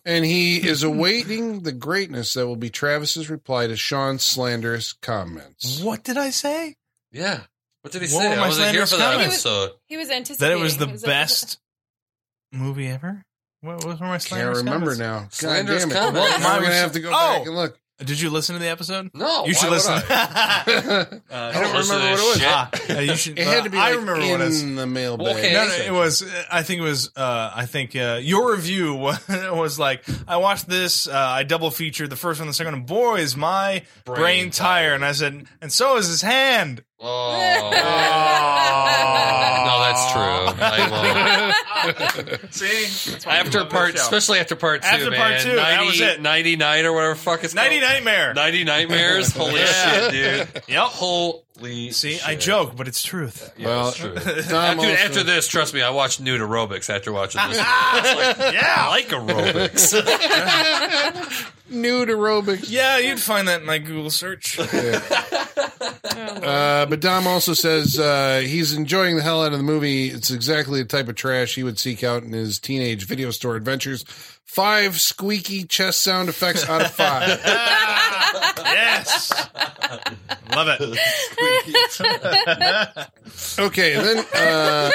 and he is awaiting the greatness that will be travis's reply to sean's slanderous comments What did I say? Yeah. What did he What say? were I my wasn't here slanderous for that comments? episode. He was That anticipating it was the He best movie ever. What was my can't slanderous remember comments? now god Slanderous damn it comments. Now Mine we're gonna was- have to go Oh! back and look Did you listen to the episode? No. you should why would listen. I? Oh, i don't listen to remember what it was this shit. Ah, uh, you should. it had to be uh, I like, remember in what it is. the mailbag Okay. No, no, it was. uh, I think it was. Uh, I think uh, your review was, was like, I watched this. Uh, I double featured the first one, and the second one. Boy, is my brain, tired. And I said, and so is his hand. Oh. No, that's true. I See, won't. after part, especially after part two, After part man. two, that was it. 99 or whatever the fuck it's ninety called. nightmare. 90 nightmares. Holy Yeah. shit, dude. Yep. Holy See, shit. I joke, but it's truth. Yeah, Well, that's true. Dude, Dom also- after this, trust me, I watched nude aerobics after watching this. I Yeah, like aerobics. nude aerobics yeah, you'd find that in my Google search. uh, but dom also says uh, he's enjoying the hell out of the movie it's exactly the type of trash he would seek out in his teenage video store adventures five squeaky chest sound effects out of five yes, love it. Okay, and then uh,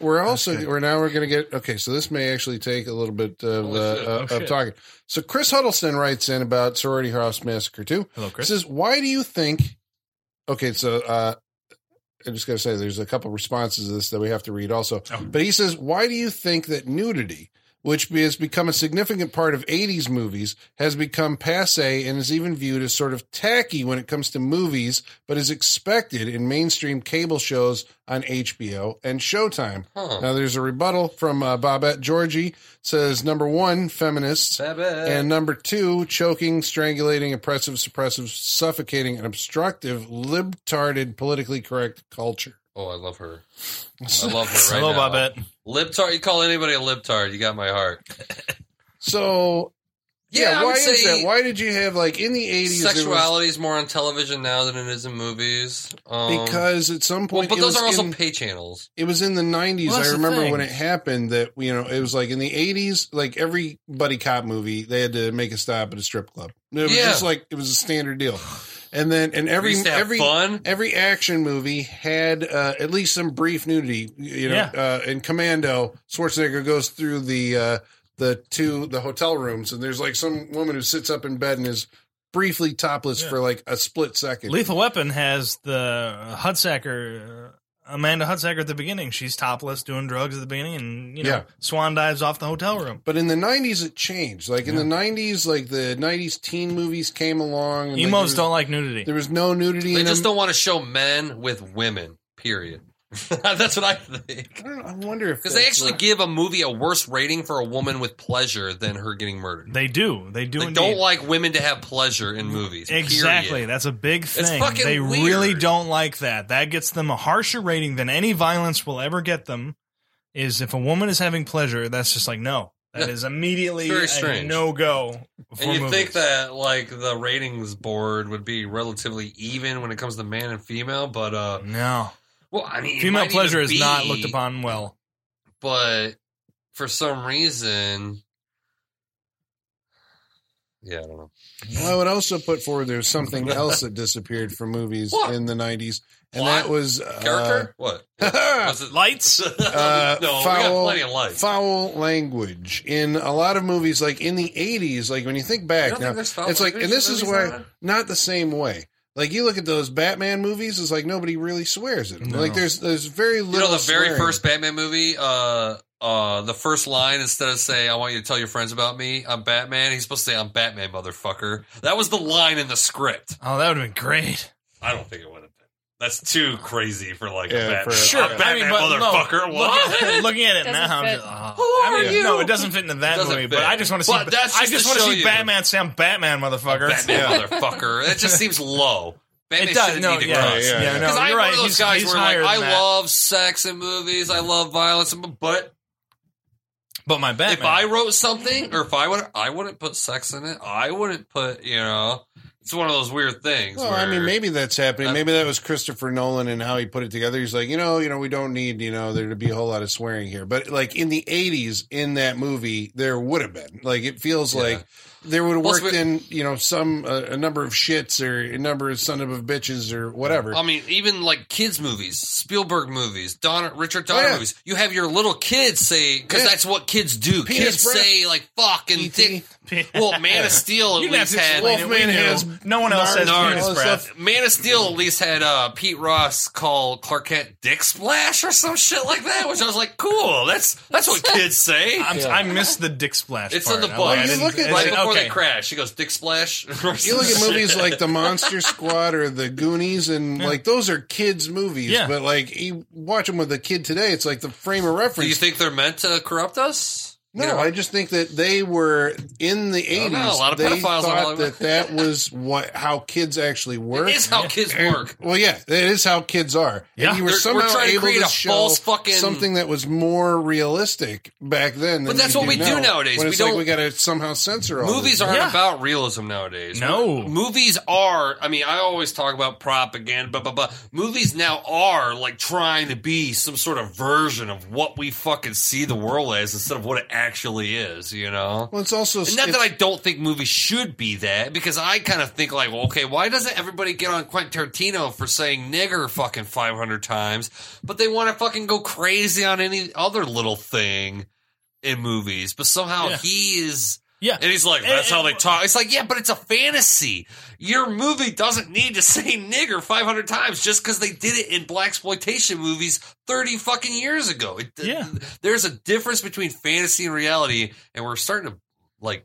we're also we're now we're going to get okay. So this may actually take a little bit of uh, Oh, shit. uh, of talking. So Chris Huddleston writes in about sorority house massacre too. Hello, Chris. Says, why do you think? Okay, so uh, I just got to say, there's a couple responses to this that we have to read also. But he says, why do you think that nudity, which has become a significant part of 80s movies, has become passe and is even viewed as sort of tacky when it comes to movies, but is expected in mainstream cable shows on HBO and Showtime? Huh. Now, there's a rebuttal from uh, Babette Georgie says, number one, feminists. And And number two, choking, strangulating, oppressive, suppressive, suffocating, and obstructive, libtarded, politically correct culture. oh, I love her. I love her right Hello, now. Bobette. Libtard. You call anybody a libtard, you got my heart. So, Yeah, yeah, I why would is say that? Why did you have, like, in the 80s? there was- Sexuality is more on television now than it is in movies. Um, because at some well, point, but it, those was are also in, pay channels. it was in the 90s. Well, that's I the remember thing. when it happened that, you know, it was like in the 80s, like every buddy cop movie, they had to make a stop at a strip club. It was Yeah. just like, it was a standard deal. And then, and every, Every, used to have every, fun. every action movie had uh, at least some brief nudity. You know, Yeah. uh, in Commando, Schwarzenegger goes through the uh, the two the hotel rooms, and there's like some woman who sits up in bed and is briefly topless Yeah. for like a split second. Lethal Weapon has the Hudsacker, uh, Amanda Hudsacker at the beginning. She's topless, doing drugs at the beginning, and you know, Yeah. Swan dives off the hotel room. but in the '90s, it changed. Like in the '90s, like the '90s teen movies came along. And like, Emos there was- don't like nudity. There was no nudity. They in just them. don't want to show men with women. Period. That's what I think. I, don't, I wonder if Because they that's actually what- give a movie a worse rating for a woman with pleasure than her getting murdered. They do. They do. They indeed. don't like women to have pleasure in movies. Exactly. period. That's a big thing. fucking they weird. really don't like that. That gets them a harsher rating than any violence will ever get them. Is if a woman is having pleasure, that's just like no. That Yeah. is immediately It's very strange. no go. And you think that like the ratings board would be relatively even when it comes to man and female, but uh, no well, I mean, it female might pleasure is even not be, looked upon well. But for some reason, yeah, I don't know. Well, I would also put forward there's something else that disappeared from movies What? in the '90s, and Plot? that was uh, Character? what? Was it Lights. Uh, no, we got foul- plenty of life. foul language in a lot of movies like in the 80s like when you think You back don't now think there's foul it's like and language this in is movies why now? not the same way like you look at those batman movies it's like nobody really swears at them No. like there's there's very You little know, the very swearing. first Batman movie, uh, uh, the first line, instead of saying, I want you to tell your friends about me, I'm Batman, he's supposed to say, I'm Batman, motherfucker. That was the line in the script. oh, that would have been great. I don't think it would have been. That's too crazy for like Yeah, a Batman. for- Sure, Sure, I'm Batman, but no, motherfucker. what? Looking, looking at it Doesn't now, I'm fit. just, oh. Who I are mean, you? No, it doesn't fit into that Doesn't movie. fit. But I just want to see. But that's I just just to want to show see you. Batman sound Batman, motherfucker. Batman, motherfucker. That just seems low. Batman it does. shouldn't No, need to yeah, cross. Yeah, yeah, yeah. yeah, no, Because you're I'm right. one of those he's, guys he's where like, higher I than that. love sex in movies, I love violence, but But my Batman. if I wrote something or if I would, I wouldn't put sex in it. I wouldn't put, you know, it's one of those weird things. well, where, I mean, maybe that's happening. Uh, Maybe that was Christopher Nolan and how he put it together. He's like, you know, you know, we don't need, you know, there to be a whole lot of swearing here. But like in the '80s, in that movie, there would have been. Like it feels Yeah. like there would have Plus, worked we- in, you know, some uh, a number of shits or a number of son of a bitches or whatever. I mean, even like kids' movies, Spielberg movies, Donner, Richard Donner Oh, yeah. movies. You have your little kids say because Yeah. that's what kids do. Penis kids breath. say like "fuck" and E.T.. dick. Well, Man of Steel at You'd have least to had explain it. We Wolfman knew. has no one else has Nards and all penis this breath. Man of Steel at least had uh, Pete Ross call Clark Kent "Dick Splash" or some shit like that, which I was like, "Cool, that's that's what kids say." I'm, I missed the dick splash. It's part. in the I book. like- I You didn't- look at- I right said, before okay. they crash, she goes "Dick Splash." You look at movies like the Monster Squad or the Goonies, and like those are kids' movies. Yeah. But like you watch them with a kid today, it's like the frame of Do reference. you think they're meant to corrupt us? no, you know? I just think that they were in the don't eighties. know, a lot of they pedophiles are all thought over. that that was what how kids actually were. It is how kids And- work. Well, yeah, it is how kids are. Yeah. and you were They're- we're somehow trying to able create to a show false fucking- something that was more realistic back then. But than that's you what we do nowadays. When We it's don't- like we got to somehow censor all Movies this. aren't Yeah. about realism nowadays. No. Mo- Movies are, I mean, I always talk about propaganda, blah, blah, blah. Movies now are like trying to be some sort of version of what we fucking see the world as instead of what it actually is, you know? Well, it's also And not it's- that I don't think movies should be that, because I kind of think like, well, okay, why doesn't everybody get on Quentin Tarantino for saying nigger fucking five hundred times, but they want to fucking go crazy on any other little thing in movies? But somehow Yeah. he is Yeah. And he's like, that's how they talk. It's like, yeah, but it's a fantasy. Your movie doesn't need to say nigger 500 times just because they did it in black exploitation movies 30 fucking years ago. It, Yeah. There's a difference between fantasy and reality, and we're starting to, like,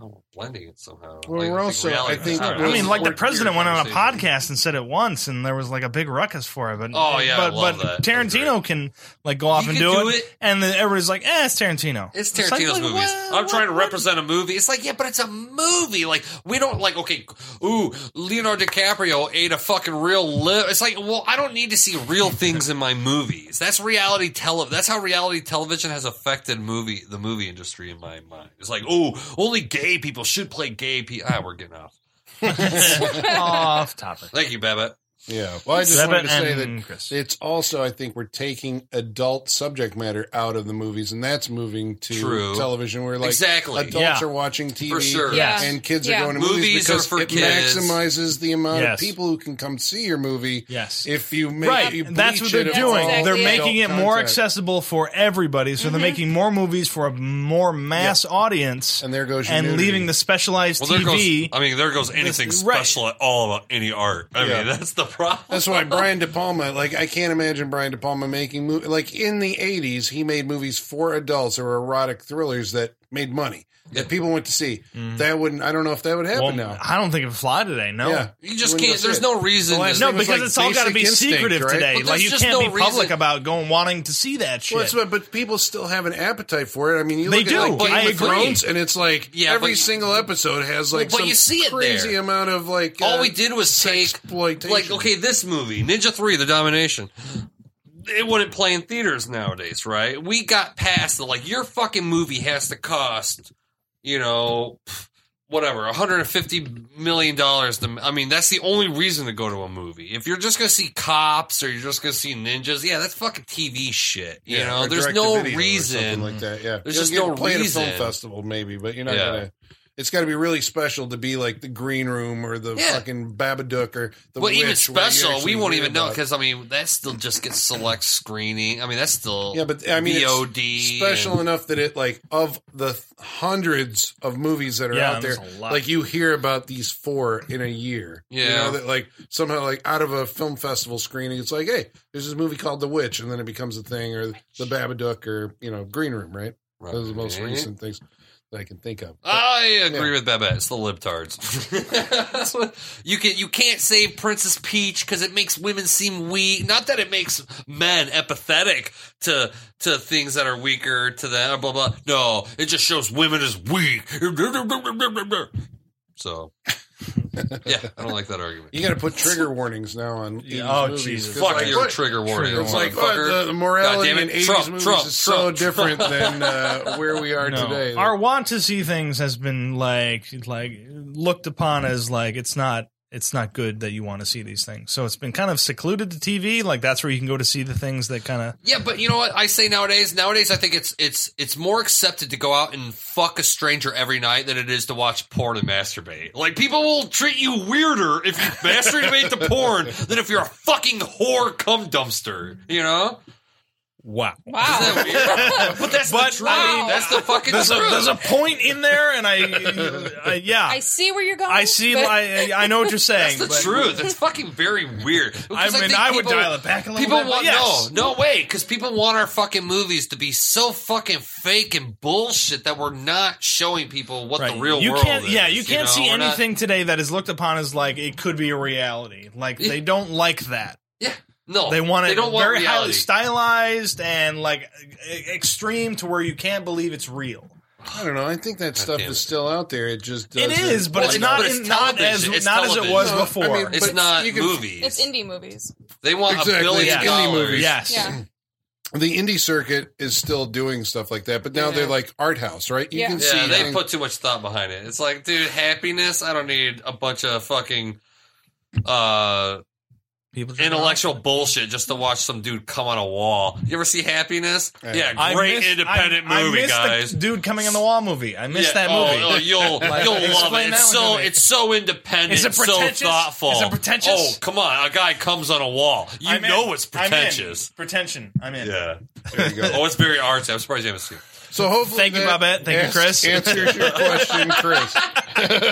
oh, blending it somehow. Well, Like, we're I also- reality- I think don't it know. I was- mean, like the Weird president went on a conversation. podcast and said it once, and there was like a big ruckus for it. But Oh, yeah, I but, love but that. Tarantino can like go off He and can do, do it, it. and then everybody's like, "Eh, it's Tarantino." It's like, Tarantino's like, movies. what- I'm trying to what- represent a movie. It's like, yeah, but it's a movie. Like we don't like. Okay, ooh, Leonardo DiCaprio ate a fucking real lip. It's like, well, I don't need to see real things in my movies. That's reality tele. That's how reality television has affected movie the movie industry in my mind. It's like, oh, only gay people should play gay people. Ah, we're getting off. off topic. Thank you, Babbitt. Yeah. Well, I just Seven wanted to say and that Chris. it's also, I think, we're taking adult subject matter out of the movies, and that's moving to True. television. Where like Exactly. adults Yeah. are watching TV For sure. Yeah. and kids Yeah. are going to Movies movies, are because for it kids. maximizes the amount Yes. of people who can come see your movie. Yes. If you make Right, you that's what bleach they're it doing. all Exactly. They're making it adult more content. accessible for everybody, so they're making more movies for a more mass audience, And there goes your and nudity. leaving the specialized Well, there TV. goes. I mean, there goes anything right. special at all about any art. I Yeah. mean, that's the problem. That's why Brian De Palma, like I can't imagine Brian De Palma making movie like in the eighties, he made movies for adults or erotic thrillers that made money that people went to see. Mm-hmm. That wouldn't. I don't know if that would happen well, now. I don't think it would fly today. No. Yeah, you just wouldn't go can't. see There's it. no reason. Well, to- that's No, It was because like it's all got Basic to be Instinct, secretive right? today. But Like there's you just can't no be public reason- about going wanting to see that shit. Well, that's what, but people still have an appetite for it. I mean, you They look do. at like Game I of agree. Thrones, and it's like Yeah, every but- single episode has like Well, but some you see it crazy there. amount of like all uh, we did was take sexploitation. like okay this movie ninja 3 the domination it wouldn't play in theaters nowadays right we got past the like your fucking movie has to cost you know pff, whatever 150 million dollars to i mean that's the only reason to go to a movie if you're just gonna see cops or you're just gonna see ninjas yeah that's fucking tv shit you Yeah, know or there's direct-to-video no or something reason like that. Yeah, There's You'll just get no play At a reason. film festival, maybe, but you're not Yeah. gonna. It's got to be really special to be like the Green Room or the Yeah. fucking Babadook or the. Well, even Witch, where you special, actually we won't hear even know about- because I mean that still just gets select screening. I mean that's still Yeah, but I mean, it's VOD special and- enough that it like of the th- hundreds of movies that are Yeah, out there, there's a lot. like you hear about these four in a year. You Yeah. know, that like somehow like out of a film festival screening, it's like, hey, there's this movie called The Witch, and then it becomes a thing, or The Babadook, or you know, Green Room, right? Those are the most Right. recent things that I can think of. I agree with Babette. It's the libtards. That's what you can. You can't save Princess Peach because it makes women seem weak. Not that it makes men empathetic to to things that are weaker to them. Blah blah. No, it just shows women as weak. So, yeah, I don't like that argument. You got to put trigger warnings now on. 80s oh, movies, Jesus. 'cause, Fuck like, your what- trigger warning. It's like motherfucker. oh, the morality God damn in it. eighties Trump, movies Trump, is so Trump. different than uh, where we are No. today. Our want to see things has been like like looked upon as like it's not it's not good that you want to see these things. So it's been kind of secluded to TV. Like that's where you can go to see the things that kind of Yeah, but you know what I say nowadays? Nowadays, I think it's it's it's more accepted to go out and fuck a stranger every night than it is to watch porn and masturbate. Like people will treat you weirder if you masturbate to porn than if you're a fucking whore cum dumpster. You know? wow. Isn't Wow. that weird? but that's But, the truth. I mean, that's the fucking There's a, truth. there's a point in there, and I, I yeah, I I, see where you're going. see. but- I, I know what you're saying. That's the but- truth. It's fucking very weird. I Because mean, think I, would people- dial it back a little People bit. but want yes. no, no way, because people want our fucking movies to be so fucking fake and bullshit that we're not showing people what the real you world can't, is. Yeah, you can't know? see We're not- anything today that is looked upon as like it could be a reality. Like they don't like that. yeah, no, They want it Oh, They don't want very reality. highly stylized and like e- extreme to where you can't believe it's real. I don't know. I think that stuff damn it. is still out there. It just It doesn't. is, but Well, it's it's- not but it's in, not as television. It's not as it was television. before. I mean, it's but not you can- movies. it's indie movies. They want a Exactly, billion it's dollars. indie movies. yes. Yeah. the indie circuit is still doing stuff like that, but now Yeah. they're like art house, right? You Yeah. can Yeah, see they things- put too much thought behind it. It's like, dude, happiness. I don't need a bunch of fucking uh People just- intellectual bullshit just to watch some dude come on a wall. You ever see happiness? Yeah. Yeah, I great missed- independent I- I movie, missed the guys. dude coming on the wall movie. I missed Yeah, that oh, movie. Oh, you'll Like, you'll love explain it. that one It's so to me. it's so independent. Is it pretentious? So thoughtful. Is it pretentious? Oh come on! A guy comes on a wall. You I'm in. know it's I'm in. pretentious. Pretension. I'm in. Yeah. There you go. Oh, it's very artsy. I'm surprised you haven't seen. it. So hopefully, Thank you, that Babette. Thank you, ans- Chris. Answers your question, Chris.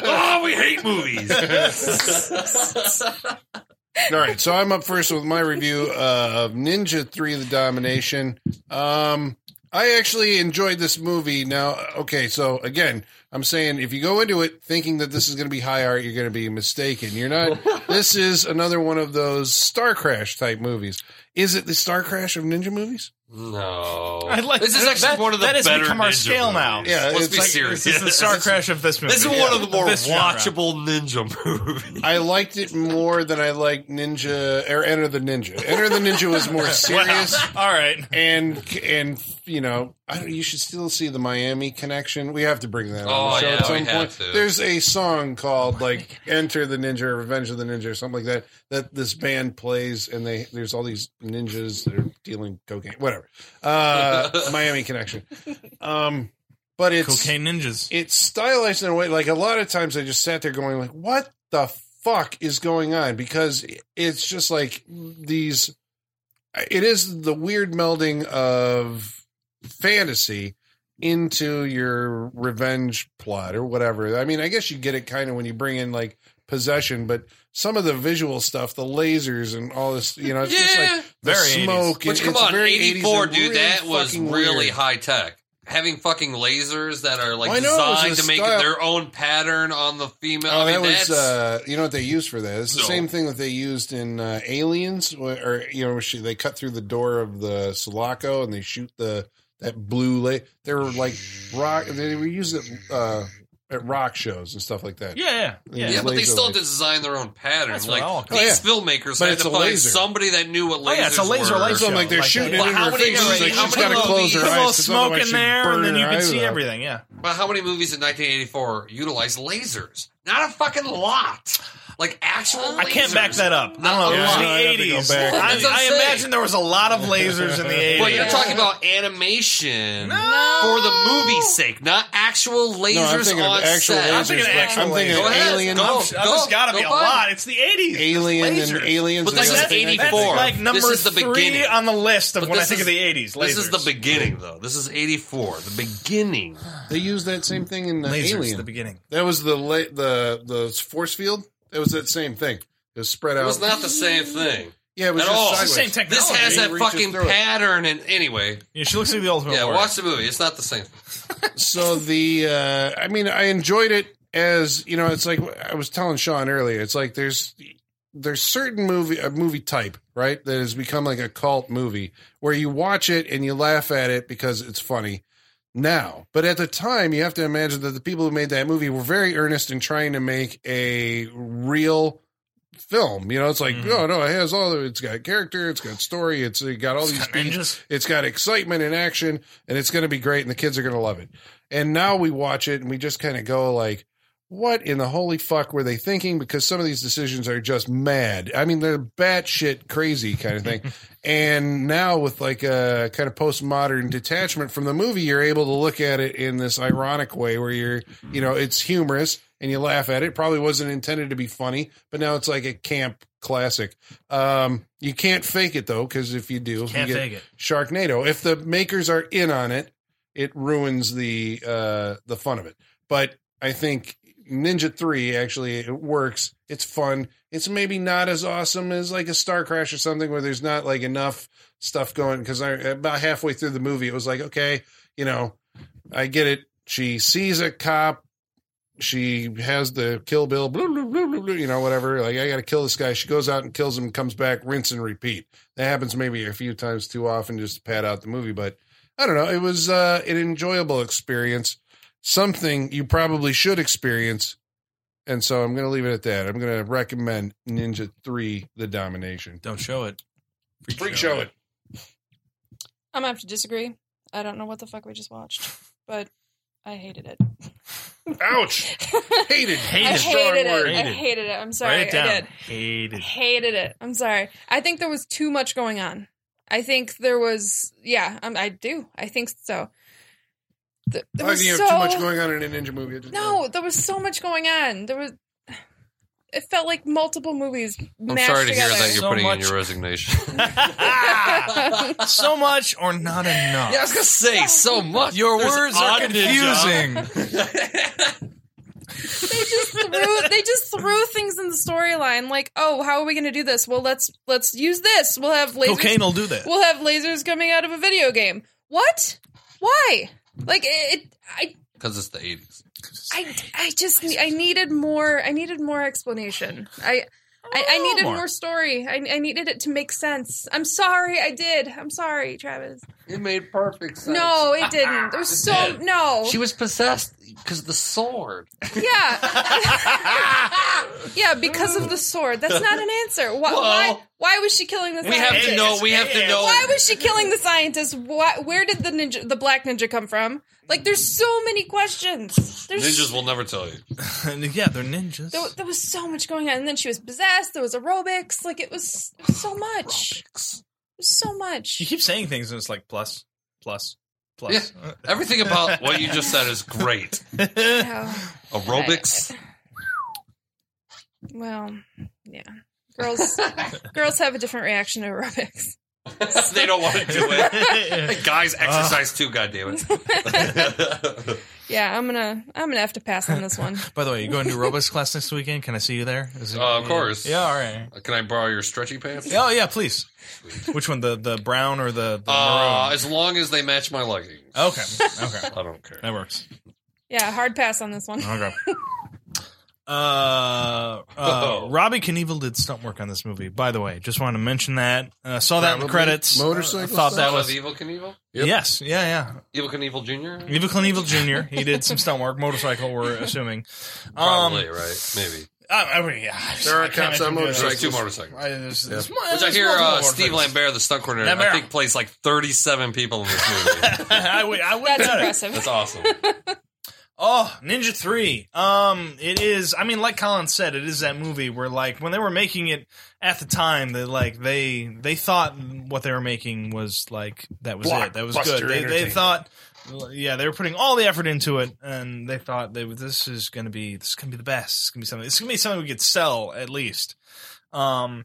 Oh, we hate movies. All right, so I'm up first with my review of Ninja 3 The Domination. Um, I actually enjoyed this movie. Now, okay, so again, I'm saying if you go into it thinking that this is going to be high art, you're going to be mistaken. You're not. this is another one of those Star Crash type movies. Is it the Star Crash of ninja movies? no, I like this is actually that- one of the that has better become our ninja scale now. movies. Yeah, let's Uh, it's be like- serious. This is the star crash of this movie. This is one of the more This genre. watchable ninja movies. I liked it more than I liked Ninja or Enter the Ninja. Enter the Ninja was more serious. All right. and and you know I don't, you should still see the Miami connection. We have to bring that on Oh, the show yeah, at we some have point. to. There's a song called like "Enter the Ninja" or "Revenge of the Ninja" or something like that that this band plays, and they there's all these ninjas that are dealing cocaine, whatever. Uh, Miami connection, um, but it's Cocaine ninjas. it's stylized in a way like a lot of times i just sat there going like what the fuck is going on because it's just like these it is the weird melding of fantasy into your revenge plot or whatever i mean i guess you get it kind of when you bring in like possession but some of the visual stuff the lasers and all this you know it's just Yeah. like the Very 80s. smoke Which and come it's on, very 80s and eighty four, dude, really that was fucking really weird. high tech. Having fucking lasers that are like I know, it was designed a to make style- their own pattern on the female. Oh, I mean, that that's was uh, you know what they used for that. It's the No. same thing that they used in uh, Aliens, where, or you know, where she, they cut through the door of the Sulaco and they shoot the that blue light. They were like rock. They were used at uh, at rock shows and stuff like that. Yeah, yeah. yeah, Yeah. but they laser still had lights. to design their own pattern. That's what like I like. these Oh, yeah. filmmakers But had it's to a find laser. somebody that knew what lasers Oh, yeah, it's a laser were. light So I'm like they're Like that. shooting Well, it in how her many face. different- She's like, how she's got many to close her Put movies- a eyes. little 'cause smoke otherwise in she'd there, burn and then you her can eyes see out. everything. Yeah. But how many movies in 1984 utilized lasers? Not a fucking lot. Like actual. I can't lasers. back that up. I don't know. Yeah, I have it to go was the 80s. back. I, That's what I'm I saying. imagine there was a lot of lasers in the 80s. But you're talking about animation for the movie's sake, not actual lasers No, I'm thinking on of actual set. lasers. I'm thinking but actual I'm thinking lasers. of Go ahead. Alien, Go. That's got to go be a buy it. lot. It's the 80s. Alien, It's and lasers. Aliens. But and this all is that. 84. That's like number This is the three beginning. on the list of But when I this think of is- the 80s. Lasers. This is the beginning, though. This is '84, the beginning. They used that same thing in uh, Lasers, Alien. the beginning. That was the la- the the force field. That was that same thing. It was spread out. It was not the same thing. yeah, it was at just all. sideways. It's the same technology. This has that reaches fucking through it. pattern, and anyway, Yeah, she looks like the ultimate yeah, warrior. watch the movie. It's not the same. So the uh, I mean, I enjoyed it as you know. It's like I was telling Sean earlier. It's like there's there's certain movie a movie type right that has become like a cult movie where you watch it and you laugh at it because it's funny now but at the time you have to imagine that the people who made that movie were very earnest in trying to make a real film you know it's like no no it has all the it's got character it's got story it's it got all these got ninjas. it's got excitement and action and it's going to be great and the kids are going to love it and now we watch it and we just kind of go like what in the holy fuck were they thinking? Because some of these decisions are just mad. I mean, they're batshit crazy kind of thing. and now with like a kind of postmodern detachment from the movie, you're able to look at it in this ironic way where you're, you know, it's humorous and you laugh at it. Probably wasn't intended to be funny, but now it's like a camp classic. Um, you can't fake it though, because if you do, Can't you fake it. Sharknado. If the makers are in on it, it ruins the uh, the fun of it. But I think Ninja Three actually it works. It's fun. It's maybe not as awesome as like a Star Crash or something where there's not like enough stuff going. Because I about halfway through the movie, it was like, okay, you know, I get it. She sees a cop. She has the kill bill, blah, blah, blah, blah, blah, you know, whatever. Like, I got to kill this guy. She goes out and kills him, comes back, rinse and repeat. That happens maybe a few times too often just to pad out the movie. But I don't know. It was uh, an enjoyable experience, something you probably should experience. And so I'm going to leave it at that. I'm going to recommend Ninja 3 The Domination. Don't show it. Freak show it. I'm gonna have to disagree. I don't know what the fuck we just watched, but I hated it. Ouch. Hated. I Hated. hated it. I Hated. hated it. I'm sorry. Write it I did. down. I Hated. hated it. I'm sorry. I think there was too much going on. I think there was. Yeah, um, I do. I think so. Th- There How was can you have so too much going on in a ninja movie? no. There was so much going on. There was. it felt like multiple movies. I'm mashed sorry to together. hear that you're So putting in much- your resignation. so much or not enough. yeah, I was gonna say so much. Your There's words are odd ninja. confusing. they just threw they just threw things in the storyline like oh how are we going to do this well let's let's use this we'll have lasers Cocaine will do that. we'll have lasers coming out of a video game what why like it, it I, because it's the 80s. I i just i needed more i needed more explanation i I, I needed more story. I, I needed it to make sense. I'm sorry, I did. I'm sorry, Travis. It made perfect sense. No, it didn't. There was so no. she was possessed because of the sword. Yeah. yeah, because of the sword. That's not an answer. Why why, Well- why was she killing the We have to scientist? know. We have to know. Why was she killing the scientist? Why, where did the ninja, the black ninja come from? Like, there's so many questions. There's Ninjas will never tell you. yeah, they're ninjas. There, there was so much going on, and then she was possessed. There was aerobics. Like it was, it was so much. It was so much. You keep saying things and it's like plus, plus, plus. Yeah. Everything about what you just said is great. Oh, Aerobics. well, yeah. Girls, girls have a different reaction to aerobics. they don't want to do it. Guys Ah. exercise too, goddammit. Yeah, I'm gonna, I'm gonna have to pass on this one. By the way, you going to robotics class next weekend? Can I see you there? Is it- Uh, of course. Yeah, all right. Can I borrow your stretchy pants? Oh yeah, please. Which one? The the brown or the, the Uh, as long as they match my leggings. maroon? Okay, okay, I don't care. that works. Yeah, hard pass on this one. Okay. Uh, uh, Oh. Robbie Knievel did stunt work on this movie. By the way, just wanted to mention that. Uh, saw that in the Probably credits. motorcycle I thought that That was was Evil Knievel? Yep. yes, yeah, yeah. Evil Knievel Jr.? Evil Knievel Jr. He did some stunt work, motorcycle. We're assuming. Um, Probably, right? Maybe. I, I mean, yeah, I just- There are I can't cops on imagine doing There's this. motorcycles. like two motorcycles. I, there's, there's, Which I there's hear uh, multiple Steve motorcycles. Lambert, the stunt coordinator, I Lambert. think plays like 37 people in this movie. I would, I would That's bet it. impressive. That's awesome. Oh, Ninja 3. Um, it is, I mean, like Colin said, it is that movie where like when they were making it at the time that like they, they thought what they were making was like, that was it. That was good. Blockbuster They, they entertainment. thought, yeah, they were putting all the effort into it and they thought they would, this is going to be, this is going to be the best. It's going to be something, it's going to be something we could sell at least. Um,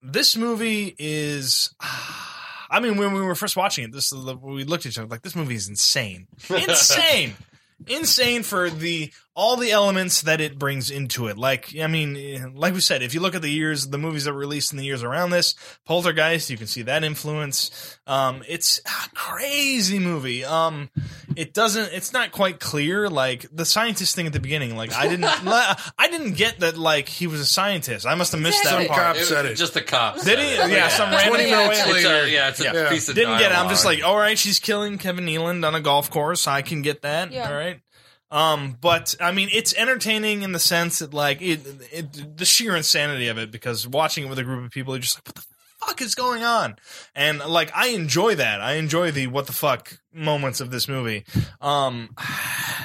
this movie is, I mean, when we were first watching it, this, we looked at each other like this movie is insane, insane insane for the all the elements that it brings into it. Like I mean, eh, like we said, if you look at the years, the movies that were released in the years around this, Poltergeist, you can see that influence. Um, it's a crazy movie. Um, it doesn't. It's not quite clear. Like the scientist thing at the beginning. Like I didn't. I didn't get that. Like he was a scientist. I must have missed Exactly. that part. Cop said it. Just the cops. Did said he? it. Yeah, some random 20 minutes It's a- later. yeah, it's a Yeah. piece of didn't get it. I'm dialogue. just like, all right, she's killing Kevin Nealon on a golf course. I can get that. Yeah. All right. Um, but I mean, it's entertaining in the sense that like it, it, the sheer insanity of it because watching it with a group of people, you're just like, what the fuck is going on? And like, I enjoy that. I enjoy the what the fuck moments of this movie. Um,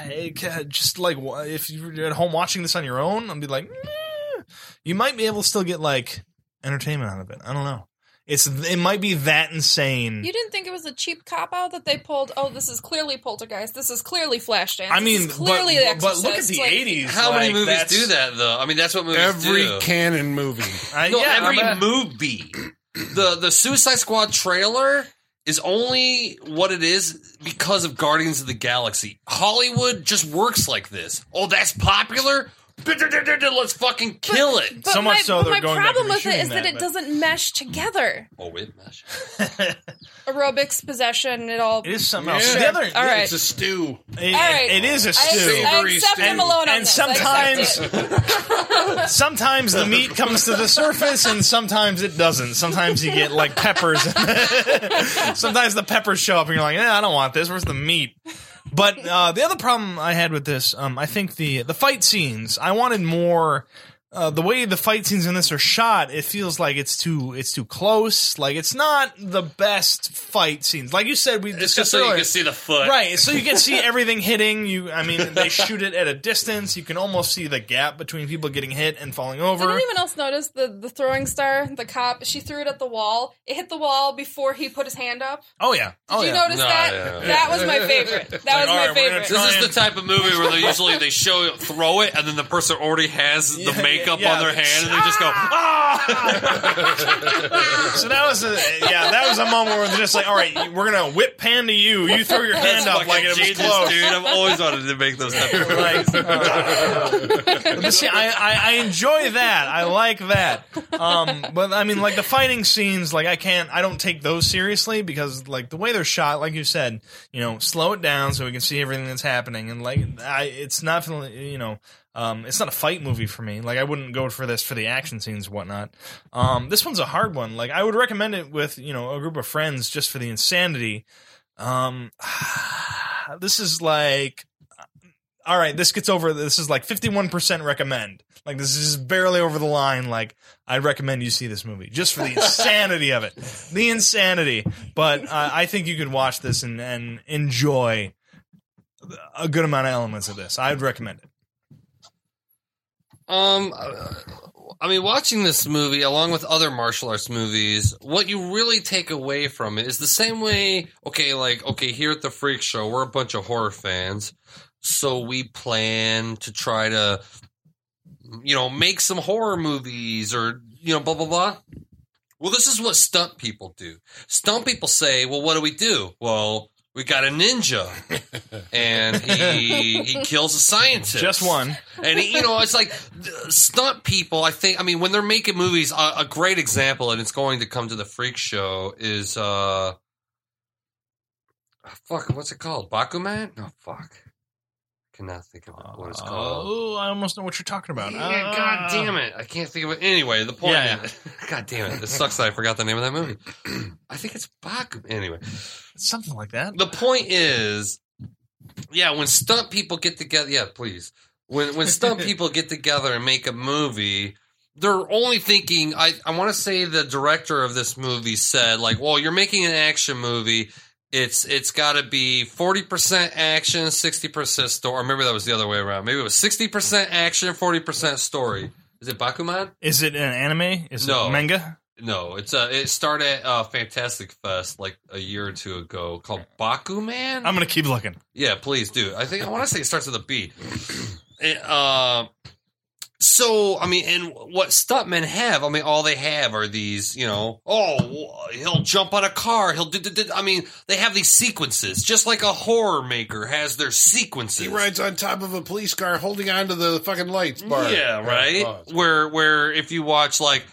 it ca- just like wa- if you're at home watching this on your own, I'd be like, "Meh." you might be able to still get like entertainment out of it. I don't know. It's it might be that insane. You didn't think it was a cheap cop out that they pulled? Oh, this is clearly Poltergeist. This is clearly Flashdance. I mean, this is clearly but, The but look at Exorcist. the Like, '80s. How many like, movies that's- do that though? I mean, that's what movies Every do. canon movie. I, no, yeah, every I'm a- movie. The the Suicide Squad trailer is only what it is because of Guardians of the Galaxy. Hollywood just works like this. Oh, that's popular. Let's fucking kill it. But So much my, so but they're my going back and problem with it reshooting is that, that, it but- doesn't mesh together. Oh, wait, mesh. Aerobics, possession, it all. it is something else. Yeah. The other, all right. It's a stew. it, All right. it is a I, stew. I Savory accept stew. him alone on and this. I accept sometimes it. sometimes the meat comes to the surface and sometimes it doesn't sometimes you get like peppers sometimes the peppers show up and you're like eh, i don't want this where's the meat but uh, the other problem i had with this um, i think the the fight scenes i wanted more uh, the way the fight scenes in this are shot, it feels like it's too it's too close. Like it's not the best fight scenes. Like you said, we It's discussed just so you earlier. can see the foot. Right, so you can see everything hitting you. I mean, they shoot it at a distance. You can almost see the gap between people getting hit and falling over. Did anyone else notice the, the throwing star, the cop? She threw it at the wall. It hit the wall before he put his hand up. Did oh yeah, oh you yeah. notice No, that? yeah. That was my favorite. That was all right, my we're gonna favorite. This is the type of movie where they usually they show it, throw it, and then the person already has the Yeah, make makeup yeah, Ah, on their that's- hand and they just go, So that was a yeah, that was a moment where they're just like, all right, we're gonna whip pan to you. You throw your hand up Fucking like it was genius, close. dude. I've always wanted to make those type of Like, but see, I, I, I enjoy that. I like that. Um, but I mean, like the fighting scenes, like I can't, I don't take those seriously because like the way they're shot, like you said, you know, slow it down so we can see everything that's happening. And like, I, it's not, you know, um, it's not a fight movie for me. Like I wouldn't go for this for the action scenes and whatnot. Um, this one's a hard one. Like I would recommend it with, you know, a group of friends just for the insanity. Um, this is like all right, this gets over. This is like fifty-one percent recommend. Like this is just barely over the line. Like I recommend you see this movie just for the insanity of it, the insanity. But uh, I think you could watch this and, and enjoy a good amount of elements of this. I'd recommend it. Um, uh, I mean, watching this movie along with other martial arts movies, what you really take away from it is the same way. Okay, like okay, here at the freak show, we're a bunch of horror fans, so we plan to try to, you know, make some horror movies or you know, blah blah blah. Well, this is what stunt people do. Stunt people say, "Well, what do we do?" Well, we got a ninja, and he he kills a scientist. Just one. And you know, it's like th- stunt people. I think. I mean, when they're making movies, a, a great example, and it's going to come to the freak show is uh, fuck, what's it called? Bakuman? No, fuck, cannot think of what it's called. Oh, I almost know what you're talking about. Yeah, Ah. God damn it! I can't think of it. Anyway, the point. Yeah, is- God damn it! It sucks that I forgot the name of that movie. I think it's Bakuman. Anyway, something like that. the point is, yeah, when stunt people get together, yeah, please. When when stunt people get together and make a movie, they're only thinking. I I want to say the director of this movie said like, well, you're making an action movie. It's it's got to be forty percent action, sixty percent story. Or maybe that was the other way around. Maybe it was sixty percent action, forty percent story. Is it Bakuman? Is it an anime? Is No. it manga? No, it's uh it started at uh, Fantastic Fest like a year or two ago called Bakuman. I'm gonna keep looking. Yeah, please do. I think I want to say it starts with a B. It, uh, so I mean, and what stuntmen have, I mean, all they have are these, you know, oh, he'll jump on a car, he'll do, do, do. I mean, they have these sequences, just like a horror maker has their sequences. He rides on top of a police car holding onto the fucking lights bar. Yeah, right. Oh, it's- where where if you watch like,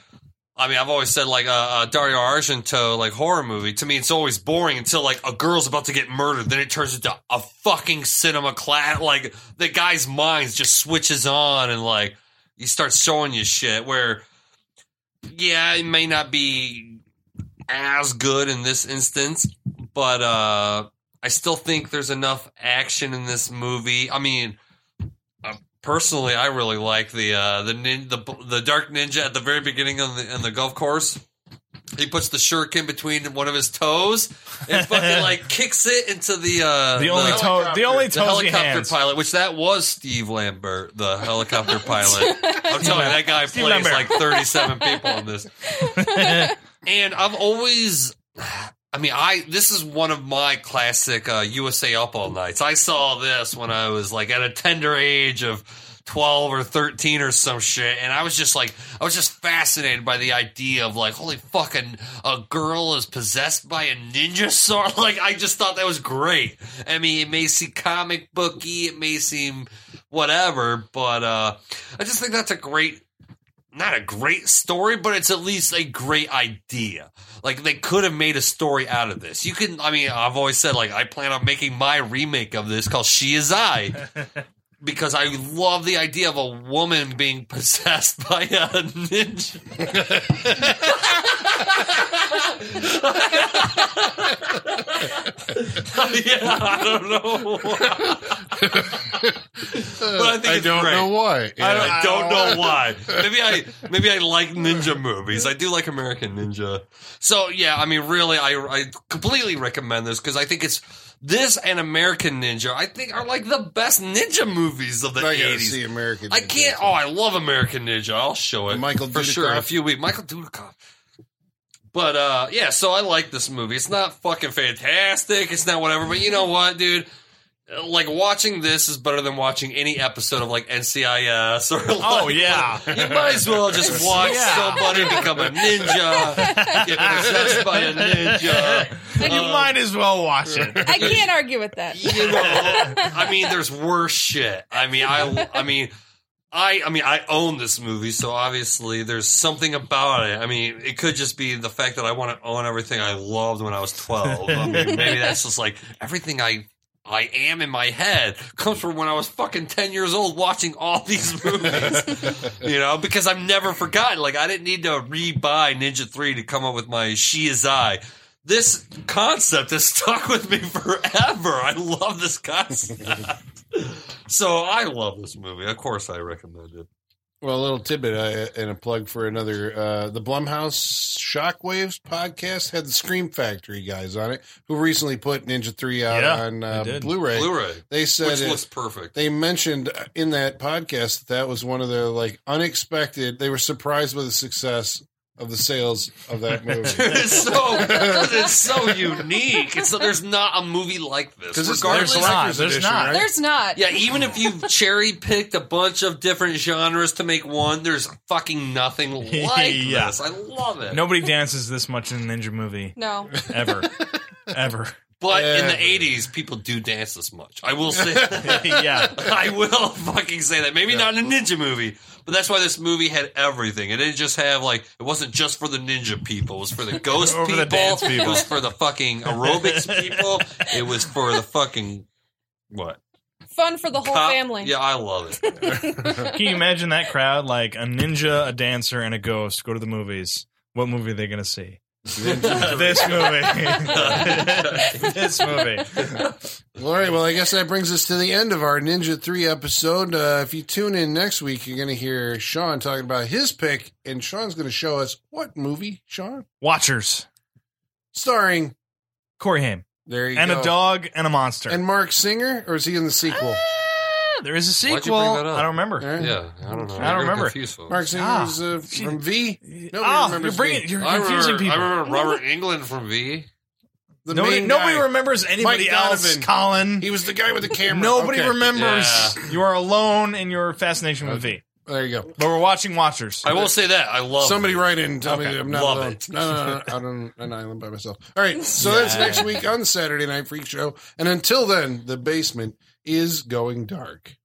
I mean, I've always said like a uh, Dario Argento like horror movie. To me, it's always boring until like a girl's about to get murdered. Then it turns into a fucking cinema class. Like the guy's mind just switches on and like he starts showing you shit. Where yeah, it may not be as good in this instance, but uh I still think there's enough action in this movie. I mean, uh, personally, I really like the uh, the nin- the the dark ninja at the very beginning of the on the golf course. He puts the shuriken between one of his toes and fucking like kicks it into the uh, The only toe, the only the toes he helicopter hands. pilot, which that was Steve Lambert, the helicopter pilot. I'm telling you, that guy Steve plays Lambert. like 37 people in this. and I've always, I mean, I this is one of my classic uh, USA Up All Nights. I saw this when I was like at a tender age of. 12 or 13 or some shit and i was just like i was just fascinated by the idea of like holy fucking a girl is possessed by a ninja sword like i just thought that was great i mean it may seem comic booky it may seem whatever but uh i just think that's a great not a great story but it's at least a great idea like they could have made a story out of this you can i mean i've always said like i plan on making my remake of this called she is i because i love the idea of a woman being possessed by a ninja yeah i don't know but i think I it's don't great. know why. I don't, I don't know why. Maybe I maybe I like ninja movies. I do like American Ninja. So yeah, I mean, really, I I completely recommend this because I think it's this and American Ninja. I think are like the best ninja movies of the I gotta see eighties. American. I Ninja. can't. Oh, I love American Ninja. I'll show it Michael for sure in a Dudikoff. few weeks. Michael Dudikoff. But uh, yeah, so I like this movie. It's not fucking fantastic. It's not whatever. But you know what, dude? uh, like watching this is better than watching any episode of like NCIS or like, Oh yeah. You might as well just watch Yeah. somebody become a ninja, get possessed by a ninja. you might as well watch it. I can't argue with that. You know, I mean, there's worse shit. I mean, I, I mean, I, I mean, I own this movie, so obviously there's something about it. I mean, it could just be the fact that I want to own everything I loved when I was 12. I mean, maybe that's just like everything I. I am in my head comes from when I was fucking 10 years old watching all these movies, you know, because I've never forgotten. Like, I didn't need to re-buy Ninja 3 to come up with my She Is I. This concept has stuck with me forever. I love this concept. so I love this movie. Of course, I recommend it. Well, a little tidbit uh, and a plug for another. Uh, the Blumhouse Shockwaves podcast had the Scream Factory guys on it, who recently put Ninja Three out Yeah, on they uh, did. Blu-ray. Blu-ray, They said which it- looks perfect. they mentioned in that podcast that that was one of their like unexpected. They were surprised by the success of the sales of that movie. it's so it's so unique. It's, there's not a movie like this. Because it's Regardless, there's not, Director's there's Edition, not. right? There's not. yeah, even if you've cherry picked a bunch of different genres to make one, there's fucking nothing like Yeah. this. I love it. Nobody dances this much in a ninja movie No. ever, ever. but in the Ever. '80s, people do dance this much. I will say. that. yeah. I will fucking say that. Maybe not in a ninja movie, but that's why this movie had everything. It didn't just have like it wasn't just for the ninja people. It was for the ghost Or for people. the dance It people. was for the fucking aerobics people. It was for the fucking what Fun for the whole Cop- family. Yeah, I love it. Can you imagine that crowd? Like a ninja, a dancer, and a ghost go to the movies. What movie are they going to see? this movie. this movie. All right, well, I guess that brings us to the end of our Ninja 3 episode. Uh, if you tune in next week, you're going to hear Sean talking about his pick, and Sean's going to show us what movie, Sean? Watchers. Starring, Corey Haim. there you And go. a dog and a monster. And Mark Singer, or is he in the sequel? there is a Why'd you sequel. bring that up? I don't remember. All right. Yeah, I don't know. I don't remember. Confused, folks. Mark Ah, Singer's uh, shit. from V. Nobody Ah, remembers you're bringing, V. you're I confusing remember, I people. remember Robert England from V. The Nobody, main nobody guy. remembers anybody else. Donovan. Colin. He was the guy with the camera. Nobody Okay, remembers. You are alone in your fascination with V. There you go. But we're watching Watchers. I will say that I love Somebody it. write in and tell me Okay, that I'm not love alone. it. No, no, no, out on an island by myself. All right, so that's Yeah. next week on Saturday Night Freak Show. And until then, the basement is going dark.